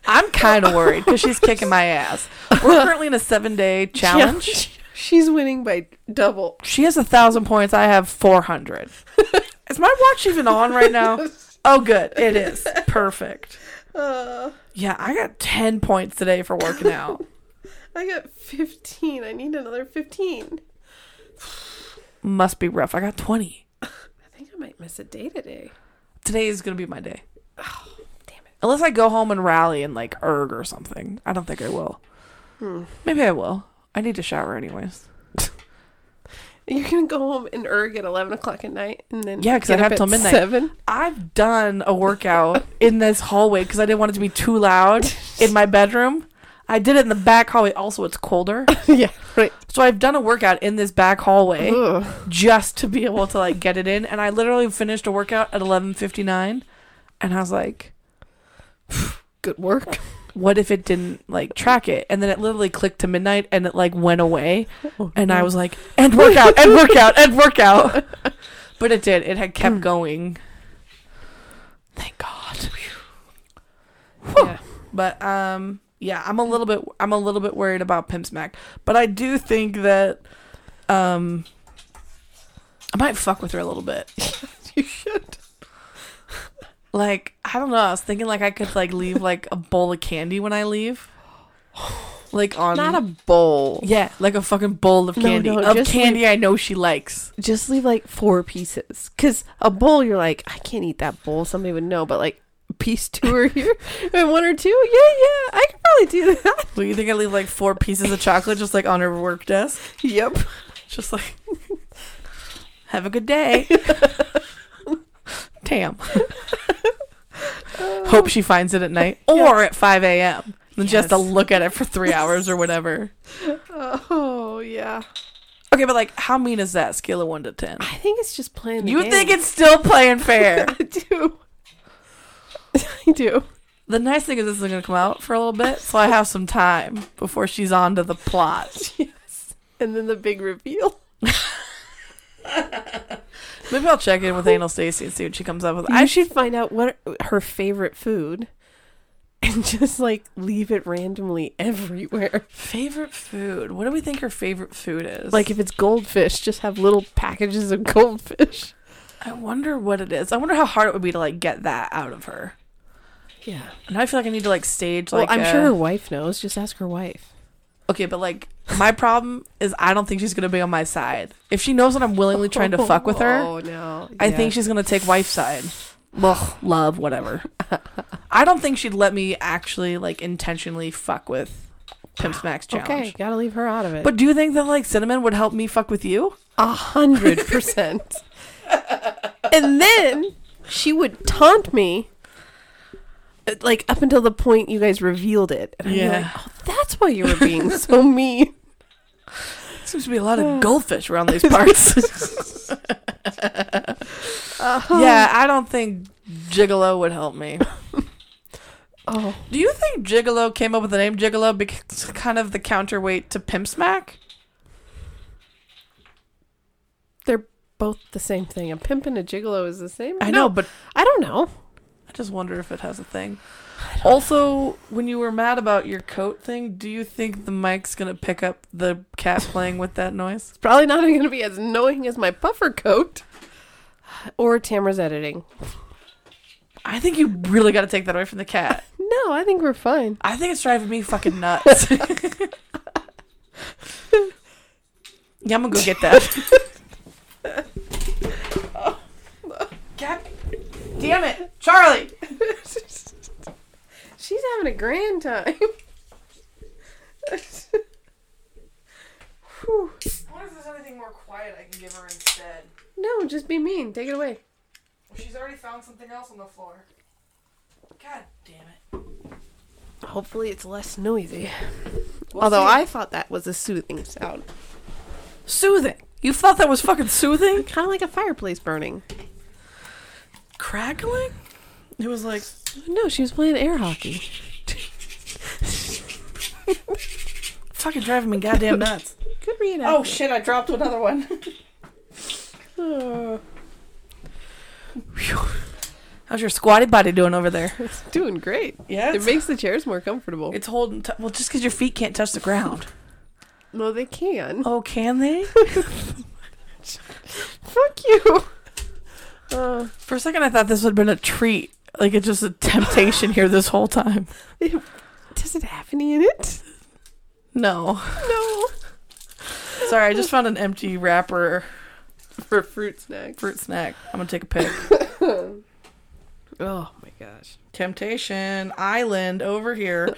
B: I'm kind of worried because she's kicking my ass. We're currently in a seven day challenge.
A: <laughs> She's winning by double.
B: She has a thousand points. I have
A: <laughs>
B: four hundred. is my watch even on right now? Oh, good. It is perfect.
A: Uh,
B: Yeah, I got ten points today for
A: <laughs>
B: working out.
A: I got 15. I need another 15.
B: Must be rough. I got twenty.
A: I think I might miss a day today.
B: Today is gonna be my day.
A: <sighs> Damn it.
B: Unless I go home and rally and like erg or something. I don't think I will.
A: Hmm.
B: Maybe I will. I need to shower anyways.
A: You're going to go home and erg at 11 o'clock at night and then.
B: Yeah, 'cause I
A: get
B: have
A: up
B: till
A: at
B: midnight.
A: 7.
B: I've done a workout in this hallway because I didn't want it to be too loud in my bedroom. I did it in the back hallway. Also, it's colder.
A: <laughs> yeah, right. Uh-huh.
B: So I've done a workout in this back hallway.
A: Ugh.
B: just to be able to like get it in and i literally finished a workout at 11.59 and i was like
A: Good work.
B: what if it didn't like track it and then it literally clicked to midnight and it like went away and i was like and workout and workout and workout <laughs> but it did it had kept going thank god
A: Yeah.
B: but um yeah i'm a little bit i'm a little bit worried about pimp smack but i do think that um i might fuck with her a little bit <laughs>
A: You should.
B: like i don't know i was thinking like i could like leave like a bowl of candy when i <gasps> leave like on
A: Not a bowl.
B: yeah like a fucking bowl of
A: No,
B: candy
A: no,
B: of
A: just
B: candy i know she likes
A: Just leave like four pieces. Because a bowl, you're like, I can't eat that bowl. Somebody would know. But like, piece two or here <laughs> and one or two. Yeah, yeah. I could probably do that. <laughs>
B: do you think i leave like four pieces of chocolate just like on her work desk
A: Yep.
B: just like <laughs> have a good day <laughs> damn <laughs> hope she finds it at night or at 5 a.m and just to
A: Yes.
B: look at it for <laughs> three hours or whatever
A: Oh, yeah.
B: okay but like how mean is that scale of 1 to 10
A: I think it's just playing. The
B: you
A: game. <laughs>
B: think it's still playing fair <laughs>
A: I do. <laughs> I do. <laughs>
B: The nice thing is this is going to come out for a little bit, so I have some time before she's on to the plot.
A: Yes. And then the big reveal.
B: Maybe I'll check in with Anal Stacy and see what she comes up with.
A: I
B: I
A: should find out what her favorite food and <laughs> just like leave it randomly
B: <laughs>
A: everywhere.
B: favorite food. What do we think her favorite food is?
A: Like if it's goldfish, just have little packages of goldfish.
B: I wonder what it is. I wonder how hard it would be to like get that out of her.
A: Yeah.
B: Now I feel like I need to like stage
A: Well,
B: like.
A: I'm
B: a-
A: sure her wife knows. Just ask her wife.
B: Okay, but like my problem is I don't think she's going to be on my side. If she knows that I'm willingly trying to fuck with
A: <laughs>
B: her,
A: Oh no.
B: I think she's gonna take wife's side. Ugh, love, whatever. <laughs> I don't think she'd let me actually like intentionally fuck with Pimp Smack's challenge.
A: Okay, gotta leave her out of it.
B: But do you think that like cinnamon would help me fuck with you?
A: a hundred percent. <laughs> And then she would taunt me, uh, like up until the point you guys revealed it. And I'd be like,
B: Yeah.
A: oh, that's why you were being <laughs> so mean.
B: Seems to be a lot <sighs> of goldfish around these parts. <laughs> yeah, I don't think Gigolo would help me.
A: Oh,
B: Do you think Gigolo came up with the name Gigolo because it's kind of the counterweight to Pimp Smack?
A: they're both the same thing. A pimp and a gigolo is the same.
B: I
A: No,
B: know, but
A: I don't know.
B: I just wonder if it has a thing. Also, when you were mad about your coat thing, do you think the mic's gonna pick up the cat playing with that noise?
A: It's probably not going to be as annoying as my puffer coat or Tamra's editing.
B: I think you really gotta take that away from the cat.
A: No, I think we're fine.
B: I think it's driving me fucking nuts. <laughs> yeah, I'm gonna go get that. <laughs> Cat- Damn it, Charlie!
A: She's having a grand time. <laughs> Whew.
B: I wonder if there's anything more quiet I can give her instead.
A: No, just be mean. Take it away.
B: She's already found something else on the floor. God damn it.
A: Hopefully, it's less noisy. Although I thought that was a soothing sound,
B: Soothing. You thought that was fucking soothing?
A: kind of like a fireplace burning.
B: Crackling? It was like
A: No, she was playing air hockey.
B: fucking driving me goddamn nuts.
A: Good read.
B: oh shit, I dropped another one.
A: Oh.
B: Phew. How's your squatty body doing over there?
A: it's doing great.
B: Yeah.
A: It makes the chairs more comfortable.
B: It's holding. T- well, just because your feet can't touch the ground.
A: No, they can.
B: Oh, can they?
A: Fuck you. <laughs> Uh,
B: For a second, I thought this would have been a treat. Like it's just a temptation here this whole time.
A: does it have any in it?
B: No.
A: No.
B: Sorry, I just found an empty wrapper
A: For fruit snacks.
B: fruit snack. I'm gonna take a pic.
A: Oh my gosh.
B: Temptation Island over here.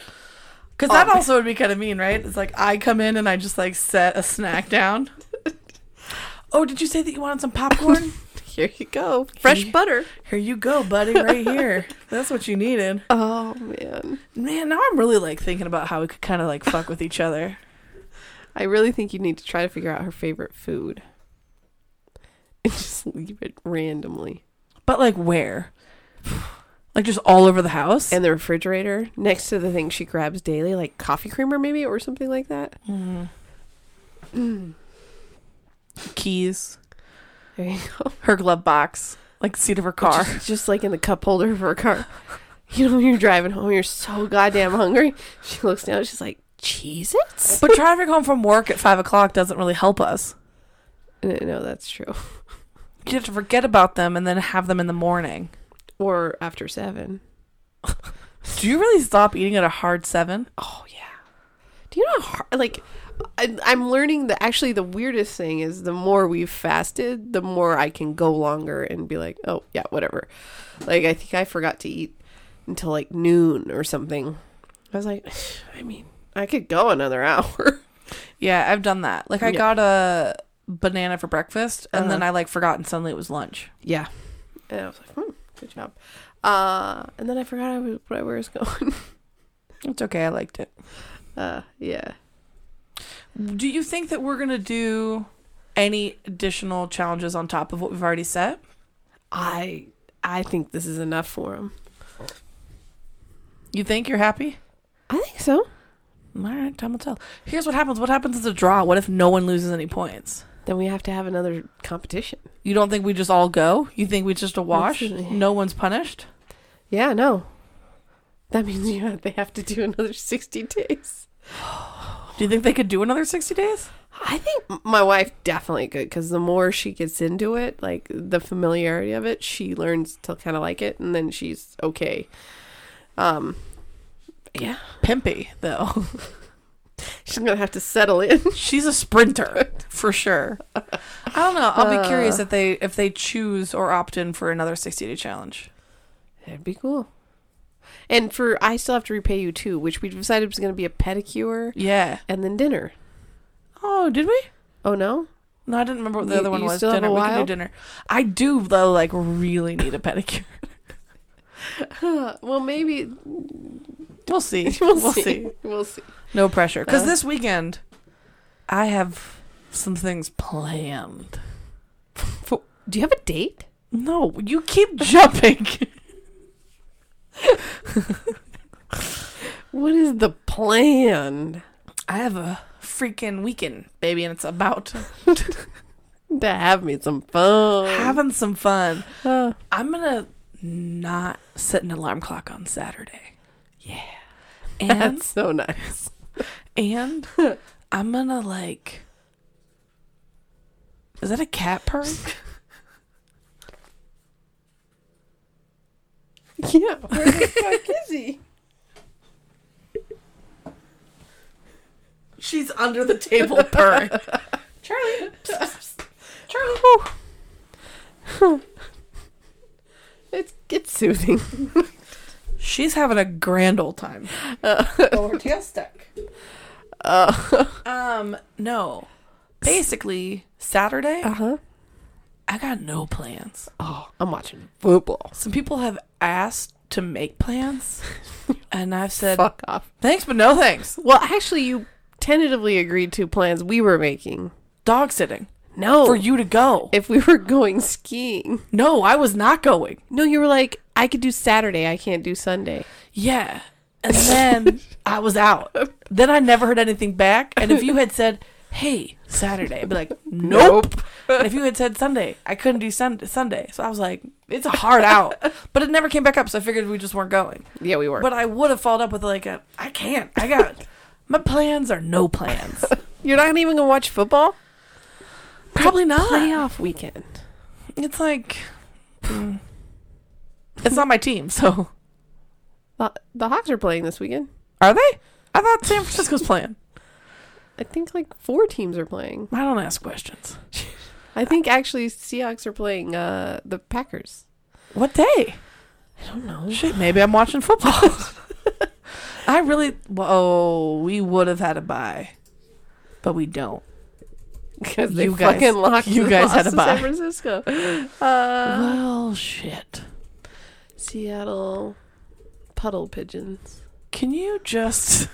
B: Cause
A: Oh.
B: that also would be kind of mean, right? It's like I come in and I just like set a snack down. oh, did you say that you wanted some popcorn?
A: Here you go. Fresh
B: you-
A: butter.
B: <laughs> here you go, buddy, right here. That's what you needed.
A: Oh man.
B: Man, now I'm really like thinking about how we could kind of like fuck with each other.
A: I really think you need to try to figure out her favorite food. And just leave it randomly.
B: But like where? Like just all over the house?
A: And the refrigerator next to the thing she grabs daily, like coffee creamer maybe or something like that.
B: Mm.
A: Mm.
B: Keys.
A: There you go.
B: <laughs> Her glove box. Like seat of her car.
A: Just, just like in the cup holder of her car. You know, when you're driving home, you're so goddamn hungry. She looks down, she's like, Cheez Its?
B: <laughs> but driving home from work at five o'clock doesn't really help us.
A: No, no, that's true.
B: You have to forget about them and then have them in the morning.
A: Or after seven.
B: Do you really stop eating at a hard seven?
A: Oh yeah. Do you know how hard, like I, I'm learning that actually the weirdest thing is the more we've fasted, the more I can go longer and be like, oh yeah, whatever. Like I think I forgot to eat until like noon or something. I was like, <sighs> I mean, I could go another <laughs> hour.
B: Yeah, I've done that. Like I
A: Yeah.
B: got a banana for breakfast and then
A: Uh-huh.
B: I like forgot and suddenly it was lunch.
A: yeah. And I was like, hmm, good job. Uh, and then I forgot I was, where I was going. <laughs>
B: It's okay, I liked it.
A: Uh, yeah.
B: Do you think that we're gonna do any additional challenges on top of what we've already set?
A: I I think this is enough for him.
B: You think you're happy?
A: I think so.
B: All right, time will tell. Here's what happens. What happens is a draw. What if no one loses any points?
A: Then we have to have another competition.
B: You don't think we just all go? You think we just a wash?
A: Absolutely.
B: No one's punished?
A: Yeah, no. That means <laughs> you have, they have to do another 60 days.
B: Do you think they could do another 60 days?
A: I think m- my wife definitely could because the more she gets into it, like the familiarity of it, she learns to kind of like it and then she's okay. Um, yeah,
B: Pimpy, though. <laughs>
A: she's gonna have to settle in. <laughs>
B: She's a sprinter for sure. I don't know. I'll be
A: Uh.
B: curious if they if they choose or opt in for another 60 day challenge.
A: That'd be cool. And for I still have to repay you too, which we decided was gonna be a pedicure
B: Yeah.
A: and then dinner.
B: Oh, did we?
A: Oh <laughs> no,
B: No, I didn't remember what the
A: You-
B: other one
A: you
B: was.
A: still have
B: Dinner.
A: a
B: We can do
A: while?
B: dinner. I do though. Like really need a pedicure.
A: well <laughs> maybe
B: We'll see.
A: <laughs> we'll, see. We'll see.
B: No pressure. Because
A: Uh.
B: this weekend, I have some things planned.
A: Do you have a date?
B: No, you keep jumping.
A: What is the plan?
B: <laughs> I have a freaking weekend, baby, and it's <laughs> about
A: to have me some fun.
B: having some fun.
A: Uh,
B: I'm gonna not set an alarm clock on Saturday. Yeah, <laughs> and
A: <laughs> that's so nice.
B: <laughs> and I'm gonna like. Is that a cat purr?
A: <laughs> Yeah. <laughs> Where the fuck is he?
B: She's under the table purring. Charlie, Charlie.
A: It's it's soothing.
B: <laughs>
A: <laughs>
B: She's having a grand old time. oh, her tail stuck.
A: Uh
B: Um, no. Basically, Saturday,
A: huh.
B: I got no plans.
A: Oh, I'm watching football.
B: Some people have asked to make plans, and I've said
A: Fuck off.
B: thanks but no thanks.
A: Well, actually, you tentatively agreed to plans we were making.
B: Dog sitting
A: No.
B: for you to go.
A: if we were going skiing.
B: no, I was not going.
A: No, you were like, I could do Saturday. I can't do Sunday.
B: Yeah. And then I was out. Then I never heard anything back. And if you had said, hey, Saturday, I'd be like,
A: <laughs>
B: nope. And if you had said Sunday, I couldn't do sun- Sunday. So I was like, it's a hard out. But it never came back up. So I figured we just weren't going.
A: Yeah, we were.
B: But I would have followed up with like, a, I can't. I got, <laughs> my plans are no plans.
A: You're not even gonna watch football.
B: <laughs> Probably not.
A: Playoff weekend.
B: It's like, mm, it's not my team. So <laughs>
A: The, the Hawks are playing this weekend.
B: are they? I thought San Francisco's playing.
A: I think like four teams are playing.
B: I don't ask questions.
A: I think actually Seahawks are playing uh, the Packers.
B: <laughs>
A: <laughs>
B: What day?
A: I don't know.
B: Shit, maybe I'm watching football. <laughs> I really. Whoa, we would have had a bye, but we don't.
A: Because they
B: You guys-
A: fucking locked
B: you
A: the
B: guys
A: lost
B: had a
A: to
B: bye.
A: San <laughs> Francisco. Uh,
B: well, shit.
A: Seattle puddle pigeons.
B: Can you just?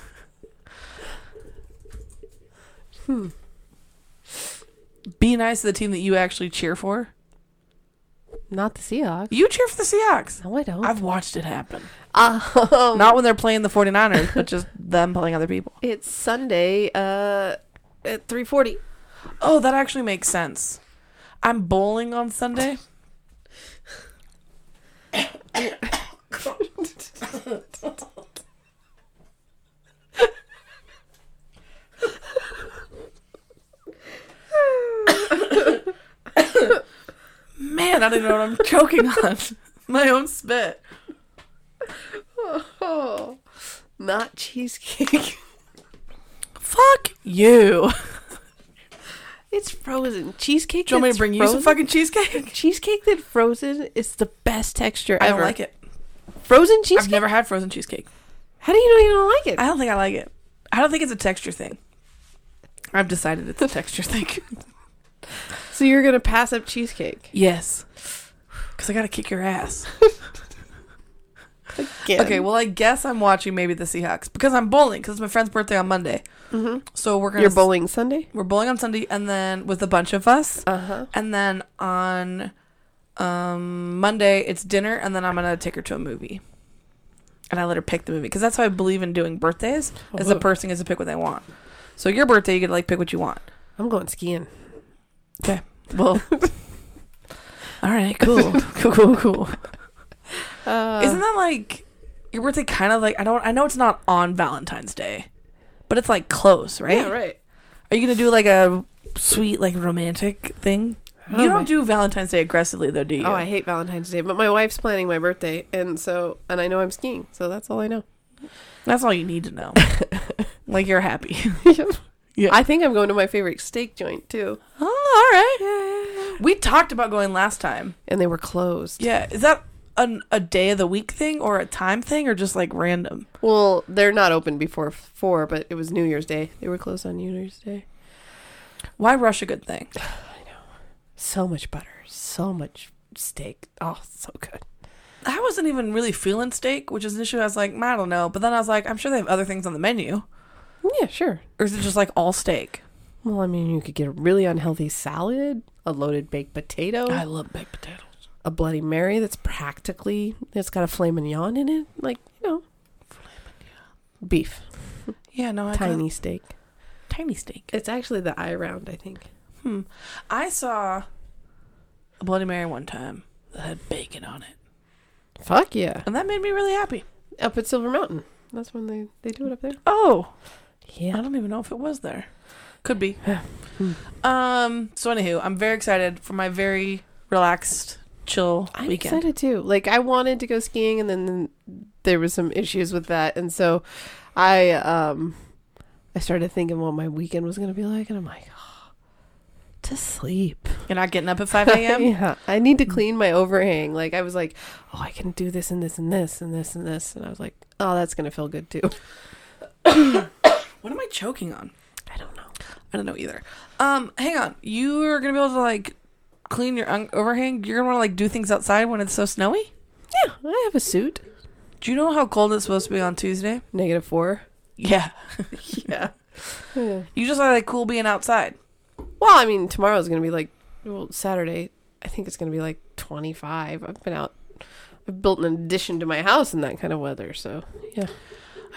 B: <laughs> Be nice to the team that you actually cheer for.
A: Not the Seahawks.
B: You cheer for the Seahawks.
A: No, I don't.
B: I've watched it happen.
A: Um,
B: Not when they're playing the 49ers, but just them playing other people.
A: it's Sunday uh, at three forty.
B: Oh, that actually makes sense. I'm bowling on Sunday.
A: <laughs>
B: Man, I don't even know what I'm choking on. <laughs> My own spit.
A: Oh, not cheesecake. <laughs>
B: Fuck you.
A: it's frozen cheesecake.
B: Do you want me
A: that's
B: to bring you
A: frozen?
B: some fucking cheesecake?
A: cheesecake that frozen is the best texture
B: I
A: ever.
B: don't like it.
A: Frozen
B: I've
A: cheesecake.
B: never had frozen cheesecake.
A: How do you know you don't like it?
B: I don't think I like it. I don't think it's a texture thing. I've decided it's a texture thing. <laughs>
A: so you're gonna pass up cheesecake?
B: Yes. Because I got to kick your ass.
A: Again.
B: Okay, well, I guess I'm watching maybe the Seahawks because I'm bowling because it's my friend's birthday on Monday.
A: Mhm.
B: So we're going
A: You're bowling Sunday.
B: We're bowling on Sunday and then with a bunch of us.
A: Uh huh.
B: And then on um, Monday, it's dinner and then I'm going to take her to a movie. And I let her pick the movie because that's how I believe in doing birthdays is the
A: Ooh.
B: person gets to pick what they want. So your birthday, you get to like pick what you want.
A: I'm going <laughs> skiing.
B: Well, all right, cool, cool, cool, cool.
A: <laughs> Uh,
B: Isn't that like your birthday? Kind of like I don't. I know it's not on Valentine's Day, but it's like close, right?
A: Yeah, right.
B: Are you gonna do like a sweet, like romantic thing?
A: Oh,
B: you don't
A: my-
B: do Valentine's Day aggressively, though, do you?
A: Oh, I hate Valentine's Day, but my wife's planning my birthday, and so and I know I'm skiing, so that's all I know. <laughs>
B: That's all you need to <laughs> know. like you're happy. Yeah.
A: I think I'm going to my favorite steak joint too,
B: <laughs> Oh, all right. We talked about going last time.
A: and they were closed.
B: Yeah, is that an, a day of the week thing or a time thing or just like random?
A: Well, they're not open before four, but it was New Year's Day. They were closed on New Year's Day.
B: Why rush a good thing?
A: So much butter, so much steak. Oh, so good.
B: I wasn't even really feeling steak, which is an issue. I was like, "Mm, I don't know. But then I was like, I'm sure they have other things on the menu.
A: Yeah, sure.
B: Or is it just like all steak?
A: Well, I mean, you could get a really unhealthy salad, a loaded baked potato,
B: love baked potatoes.
A: a Bloody Mary that's practically it's got a filet mignon in it, like you know, beef,
B: Yeah, no, I tiny.
A: tiny steak.
B: tiny steak.
A: It's actually the eye round, I think.
B: Hmm. I saw a Bloody Mary one time that had bacon on it.
A: Fuck yeah!
B: And that made me really happy.
A: Up at Silver Mountain, that's when they they do it up there.
B: Oh. I
A: Yeah,
B: don't even know if it was there.
A: <sighs>
B: Could be.
A: Hmm.
B: um, so anywho, I'm very excited for my very relaxed, chill
A: I'm
B: weekend.
A: excited too. Like I wanted to go skiing, and then there was some issues with that, and so I um I started thinking what my weekend was gonna be like, and I'm like, <gasps> oh, to sleep.
B: You're not getting up at
A: <laughs>
B: five AM?
A: yeah, I need to clean my overhang. Like I was like, oh, I can do this and this and this and this and this, and I was like, oh, that's gonna feel good too. <laughs>
B: what am I choking on?
A: I don't know.
B: I don't know either. Um, hang on. You're gonna be able to like clean your un- overhang. You're gonna want to like do things outside when it's so snowy.
A: Yeah, I have a suit.
B: Do you know how cold it's supposed to be on Tuesday?
A: Negative four.
B: Yeah.
A: <laughs> Yeah.
B: You just are like cool being outside.
A: Well, I mean, tomorrow's gonna be like well, Saturday. I think it's gonna be like 25. I've been out. I've built an addition to my house in that kind of weather. So <laughs> yeah,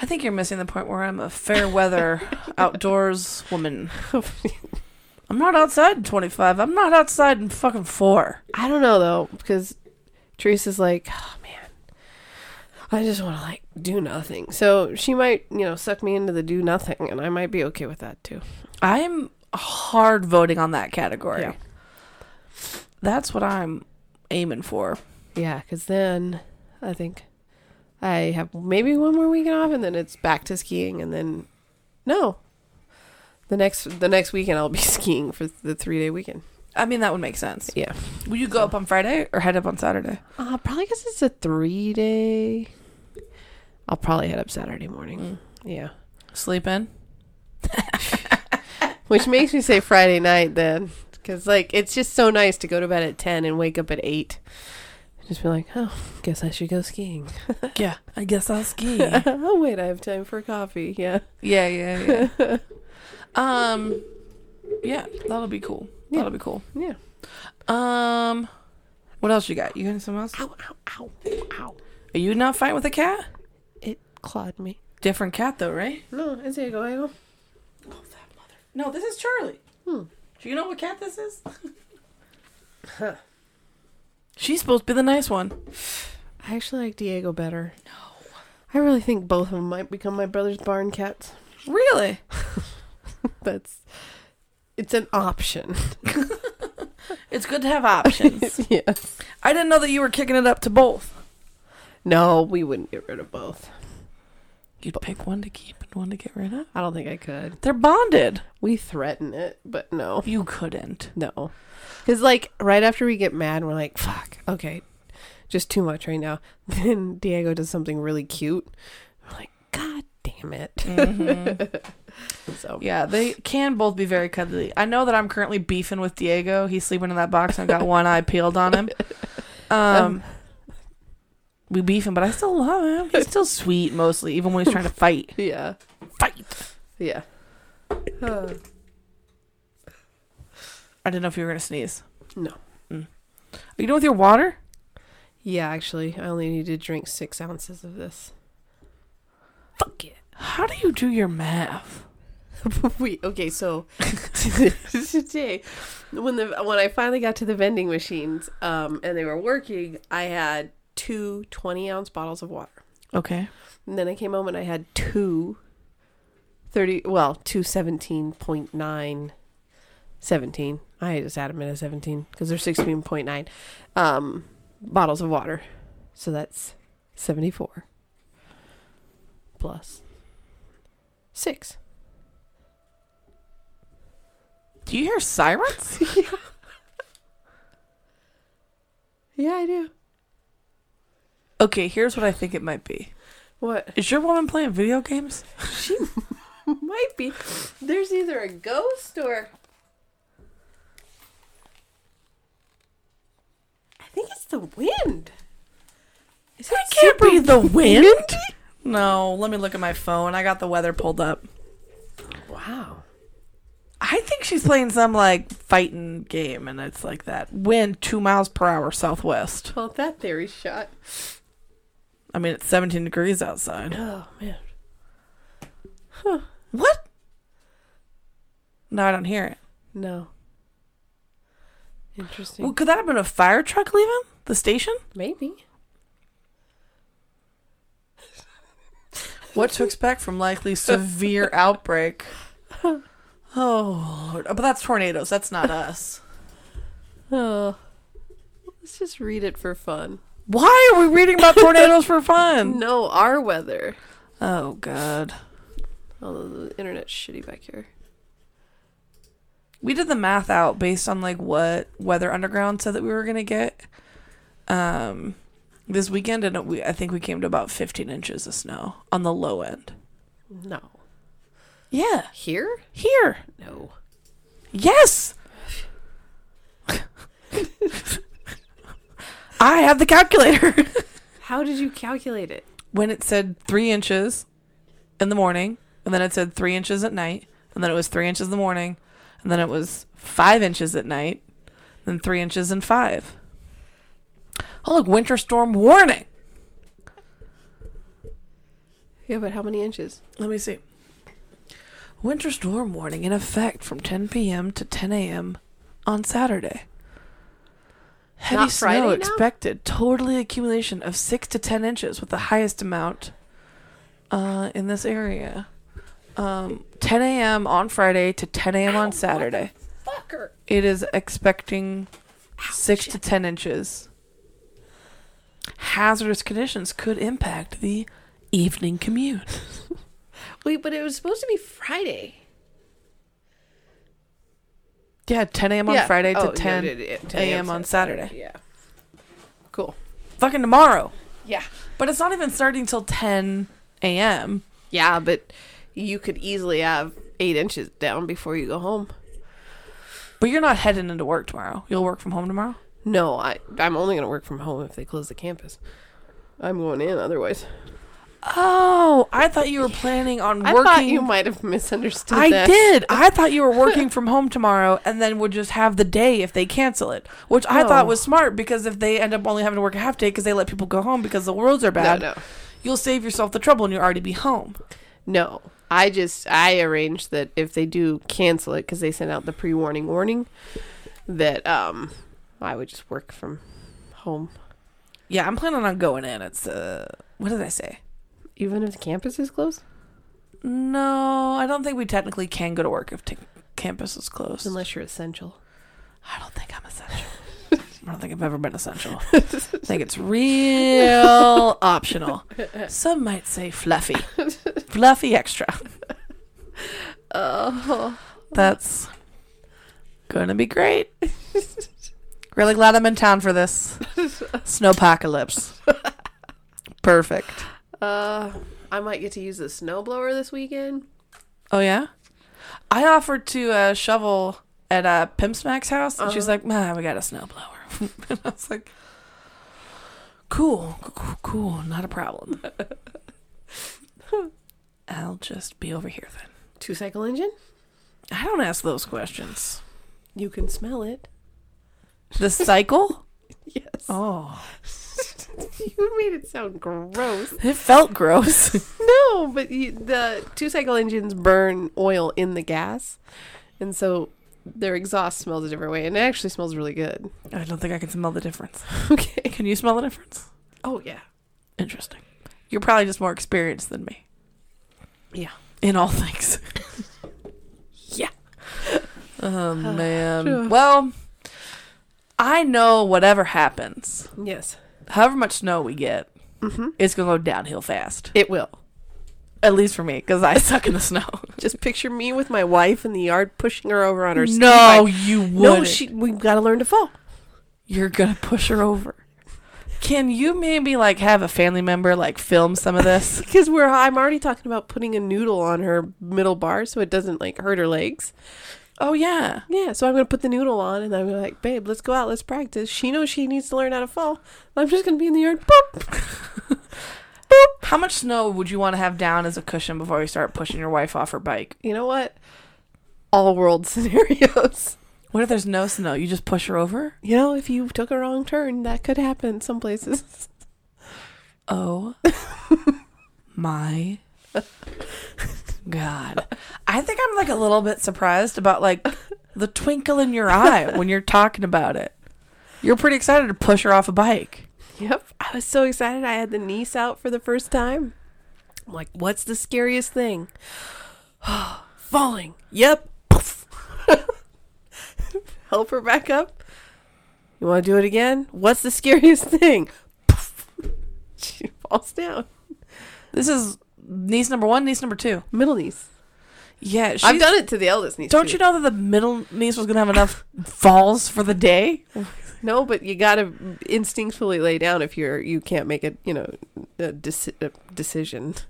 B: I think you're missing the point where I'm a fair <laughs> weather outdoors woman. I'm not outside in 25. I'm not outside in fucking four.
A: I don't know though because Teresa's like, oh man, I just want to like do nothing. So she might, you know, suck me into the do nothing, and I might be okay with that too.
B: I'm hard voting on that category.
A: Yeah.
B: That's what I'm aiming for.
A: Yeah, because then I think I have maybe one more weekend off, and then it's back to skiing, and then no, the next the next weekend I'll be <laughs> skiing for the three day weekend.
B: I mean, that would make sense.
A: Yeah,
B: Will you go up on Friday or head up on Saturday?
A: uh, probably because it's a three day. I'll probably head up Saturday morning. Yeah,
B: Mm. Sleep in?
A: which makes me say Friday night then, because like it's just so nice to go to bed at ten and wake up at eight. Just be like, oh, guess I should go skiing.
B: Yeah. I guess I'll <laughs> ski. yeah,
A: <laughs> oh wait, I have time for coffee. Yeah.
B: yeah, <laughs> yeah. um, yeah, that'll be cool.
A: Yeah.
B: That'll be cool.
A: Yeah.
B: Um, what else you got? You got anything else?
A: Ow, ow, ow, ow.
B: Are you not fighting with a cat?
A: It clawed me.
B: Different cat though, right?
A: No, it's a go.
B: Oh, that mother. No, this is Charlie.
A: Hmm.
B: Do you know what cat this is? <laughs> She's supposed to be the nice one.
A: I actually like Diego better. No. I really think both of them might become my brother's barn cats.
B: Really?
A: That's. It's an <laughs> option.
B: It's good to
A: <laughs>
B: have options.
A: yes.
B: I didn't know that you were kicking it up to both.
A: No, we wouldn't get rid of both.
B: You'd pick one to keep and one to get rid of.
A: I don't think I could.
B: They're bonded.
A: We threaten it, but no.
B: You couldn't.
A: No. Because, like, right after we get mad, we're like, fuck, okay, just too much right now. <laughs> Then Diego does something really cute. We're like, god damn it. <laughs> so,
B: Yeah, they can both be very cuddly. I know that I'm currently beefing with Diego. He's sleeping in that box and I've got one eye peeled on him. Um, we beefing, but I still love him. He's still sweet mostly, even when he's trying to fight.
A: yeah.
B: Fight.
A: Yeah. Uh,
B: I didn't know if you were gonna sneeze.
A: No.
B: Mm. Are you done with your water?
A: <sighs> yeah, actually, I only need to drink six ounces of this. <laughs>
B: Fuck it. How do you do your math?
A: Wait, okay, so <laughs> today, when the when I finally got to the vending machines, um, and they were working, I had two 20 ounce bottles of water,
B: Okay.
A: and then I came home and I had two 30, well, two 17.9, 17. I just had them in a 17 because they're 16.9 um, bottles of water, so that's 74 plus six.
B: Do you hear sirens?
A: Yeah, I do.
B: okay, here's what I think it might be.
A: What?
B: Is your woman playing video games?
A: <laughs> Might be. There's either a ghost or. I think it's the wind. Is
B: It can't be the wind. no, let me look at my phone. I got the weather pulled up.
A: Wow.
B: I think she's playing some like fighting game, and it's like that wind two miles per hour southwest.
A: Well, that theory's shot.
B: I mean, it's 17 degrees outside.
A: Oh, man.
B: What? No, I don't hear it.
A: No. Interesting.
B: Well, could that have been a fire truck leaving the station?
A: Maybe.
B: What to expect from likely <laughs> severe outbreak? Oh, Lord. but that's tornadoes. That's not <laughs> us.
A: Oh. Let's just read it for fun.
B: Why are we reading about tornadoes for fun?
A: No, our weather.
B: Oh, God.
A: Although the internet's shitty back here.
B: we did the math out based on like what Weather Underground said that we were gonna get um this weekend, and we I think we came to about 15 inches of snow on the low end.
A: No.
B: Yeah,
A: Here?
B: here,
A: No.
B: yes. I have the calculator.
A: How did you calculate it?
B: when it said three inches in the morning, and then it said three inches at night, and then it was three inches in the morning, and then it was five inches at night, then three inches and five. Oh, look, winter storm warning.
A: Yeah, but how many inches?
B: Let me see. Winter storm warning in effect from 10 p.m. to 10 a.m. on Saturday. Heavy
A: Not Friday
B: snow
A: now?
B: expected. Totally accumulation of six to 10 inches with the highest amount uh, in this area. Um, 10 a.m. on Friday to 10 a.m. on Saturday.
A: Fucker.
B: It is expecting six to 10 inches. Hazardous conditions could impact the evening commute.
A: Wait, but it was supposed to be Friday.
B: Yeah, 10 a.m. on
A: Yeah.
B: Friday to
A: Oh, yeah,
B: 10
A: it- it- 10
B: a.m. on Saturday.
A: Yeah. Cool.
B: Fucking tomorrow.
A: Yeah.
B: But it's not even starting till 10 a.m.
A: Yeah, but you could easily have eight inches down before you go home.
B: But you're not heading into work tomorrow. You'll work from home tomorrow?
A: No, I I'm only gonna work from home if they close the campus. I'm going in otherwise.
B: Oh, I thought you were planning on
A: I
B: working.
A: thought you might have misunderstood.
B: I
A: that.
B: did.
A: <laughs>
B: I thought you were working from home tomorrow and then would just have the day if they cancel it, which I thought
A: No.
B: was smart because if they end up only having to work a half day because they let people go home because the roads are
A: No,
B: bad,
A: no,
B: you'll save yourself the trouble and you'll already be home.
A: no. I just I arranged that if they do cancel it because they sent out the pre warning warning, that um I would just work from home
B: Yeah, I'm planning on going in. It's, uh, what did I say?
A: even if the campus is closed,
B: No, I don't think we technically can go to work if t- campus is closed.
A: unless you're essential.
B: I don't think I'm essential. I don't think I've ever been essential. I think it's real optional. Some might say fluffy, fluffy extra.
A: Oh,
B: That's gonna be great. Really glad I'm in town for this snowpocalypse. Perfect.
A: uh, I might get to use the snowblower this weekend.
B: Oh yeah, I offered to uh, shovel at uh, Pimp Smack's house, and she's
A: Uh-huh.
B: like, "Man, we got a snowblower." <laughs> and I was like, "Cool, c- cool, cool, not a problem. I'll just be over here then."
A: Two cycle engine.
B: I don't ask those questions.
A: You can smell it.
B: The cycle?
A: Yes.
B: oh,
A: <laughs> You made it sound gross.
B: it felt gross. <laughs>
A: No, but you, the two cycle engines burn oil in the gas, and so their exhaust smells a different way, and it actually smells really good. <laughs>
B: I don't think I can smell the difference.
A: Okay.
B: Can you smell the difference?
A: Oh yeah.
B: Interesting. You're probably just more experienced than me.
A: Yeah.
B: In
A: <laughs>
B: all things.
A: Yeah. <sighs>
B: Oh
A: Sure.
B: man. Well, I know whatever happens,
A: Yes.
B: however much snow we get,
A: hmm
B: it's gonna go downhill fast.
A: It will.
B: At least for me, because I suck in the snow.
A: Just picture me with my wife in the yard pushing her over on her. ski
B: no,
A: bike.
B: you would.
A: no, she. We've got to learn to fall.
B: You're gonna push her over. Can you maybe like have a family member like film some
A: <laughs>
B: of this?
A: Because we're. I'm already talking about putting a noodle on her middle bar so it doesn't like hurt her legs.
B: oh yeah.
A: Yeah, so I'm gonna put the noodle on, and I'm gonna be like, babe, let's go out, let's practice. She knows she needs to learn how to fall. I'm just gonna be in the yard. Boop.
B: How much snow would you want to have down as a cushion before you start pushing your wife off her bike?
A: You know what? All world <laughs> scenarios.
B: What if there's no snow? You just push her over?
A: You know, if you took a wrong turn, that could happen some places.
B: <laughs> Oh my god. I think I'm like a little bit surprised about like the twinkle in your eye when you're talking about it. You're pretty excited to push her off a bike.
A: Yep. I was so excited. I had the niece out for the first time. I'm like, what's the scariest thing? <sighs> Falling. Yep. <laughs> Poof. Help her back up. You want to do it again? What's the scariest thing? <laughs> Poof. She falls down.
B: This is niece number one, niece number two.
A: Middle niece.
B: Yeah, she's,
A: I've done it to the eldest niece.
B: Don't you know that the middle niece was gonna have enough <laughs> falls for the day?
A: No, but you gotta instinctually lay down if you're you can't make a you know a, deci- a decision.
B: <laughs>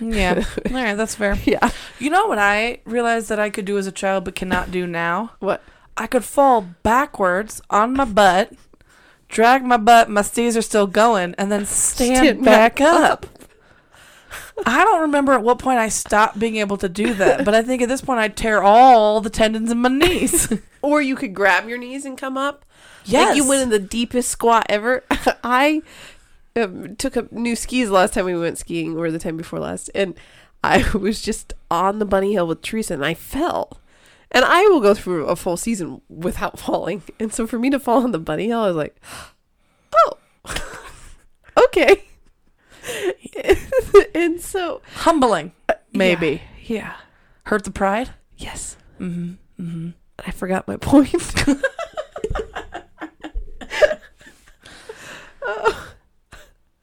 B: Yeah. All right, that's fair.
A: Yeah.
B: You know what I realized that I could do as a child but cannot do now?
A: What?
B: I could fall backwards on my butt, drag my butt, my steez are still going, and then
A: <laughs>
B: stand,
A: Stand
B: back,
A: back
B: up. I don't remember at what point I stopped being able to do that, but I think at this point I tear all the tendons in my <laughs> knees.
A: Or you could grab your knees and come up.
B: yes,
A: Like you went in the deepest squat ever. <laughs> I um, took up new skis last time we went skiing, or the time before last, and I <laughs> was just on the bunny hill with Teresa, and I fell. And I will go through a full season without <laughs> falling, and so for me to fall on the bunny hill, I was like, <gasps> "Oh, <laughs> okay." <laughs> and so
B: humbling. Maybe
A: yeah, yeah.
B: hurt the pride.
A: yes,
B: Mm-hmm. Mm-hmm.
A: I forgot my <laughs> point.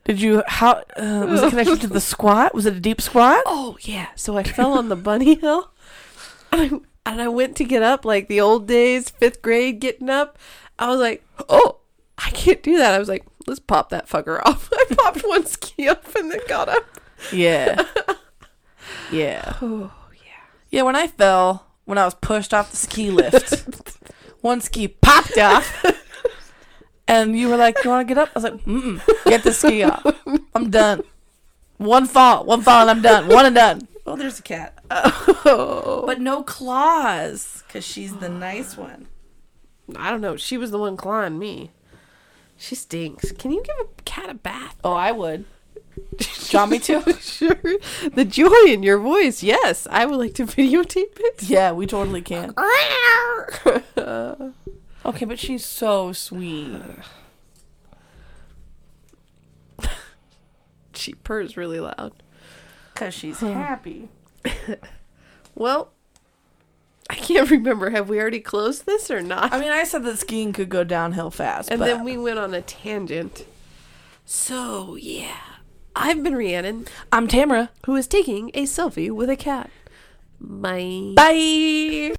B: Did you how uh, was it connected <laughs> to the squat? Was it a deep squat?
A: Oh yeah. So I fell on the bunny hill. And I, and I went to get up like the old days, fifth grade getting up. I was like, oh, I can't do that. I was like, let's pop that fucker off. <laughs> I popped one ski off and then got
B: <sighs>
A: up.
B: Yeah. <laughs> yeah.
A: Oh
B: Yeah, when I fell, when I was pushed off the ski lift, <laughs> one ski popped off. And you were like, You want to get up? I was like, Mm-mm, Get the ski off. I'm done. One fall, one fall, and I'm done. One and done. Oh, there's a cat. But no claws, because she's the nice one.
A: I don't know. She was the one clawing me. She stinks. Can you give a cat a bath?
B: Oh,
A: <laughs>
B: I would. want me to?
A: sure. The joy in your voice. Yes, I would like to <laughs> videotape
B: <laughs>
A: it.
B: Yeah, we totally can.
A: <laughs>
B: Okay, but she's so sweet.
A: she purrs really loud.
B: Because she's happy.
A: Well, I can't <laughs> remember. Have we already closed this or not?
B: I mean, I said that skiing could go downhill fast.
A: and
B: but-
A: then we went on a tangent. So, yeah. I've been Rhiannon,
B: I'm Tamara.
A: who is taking a selfie with a cat. Bye.
B: Bye.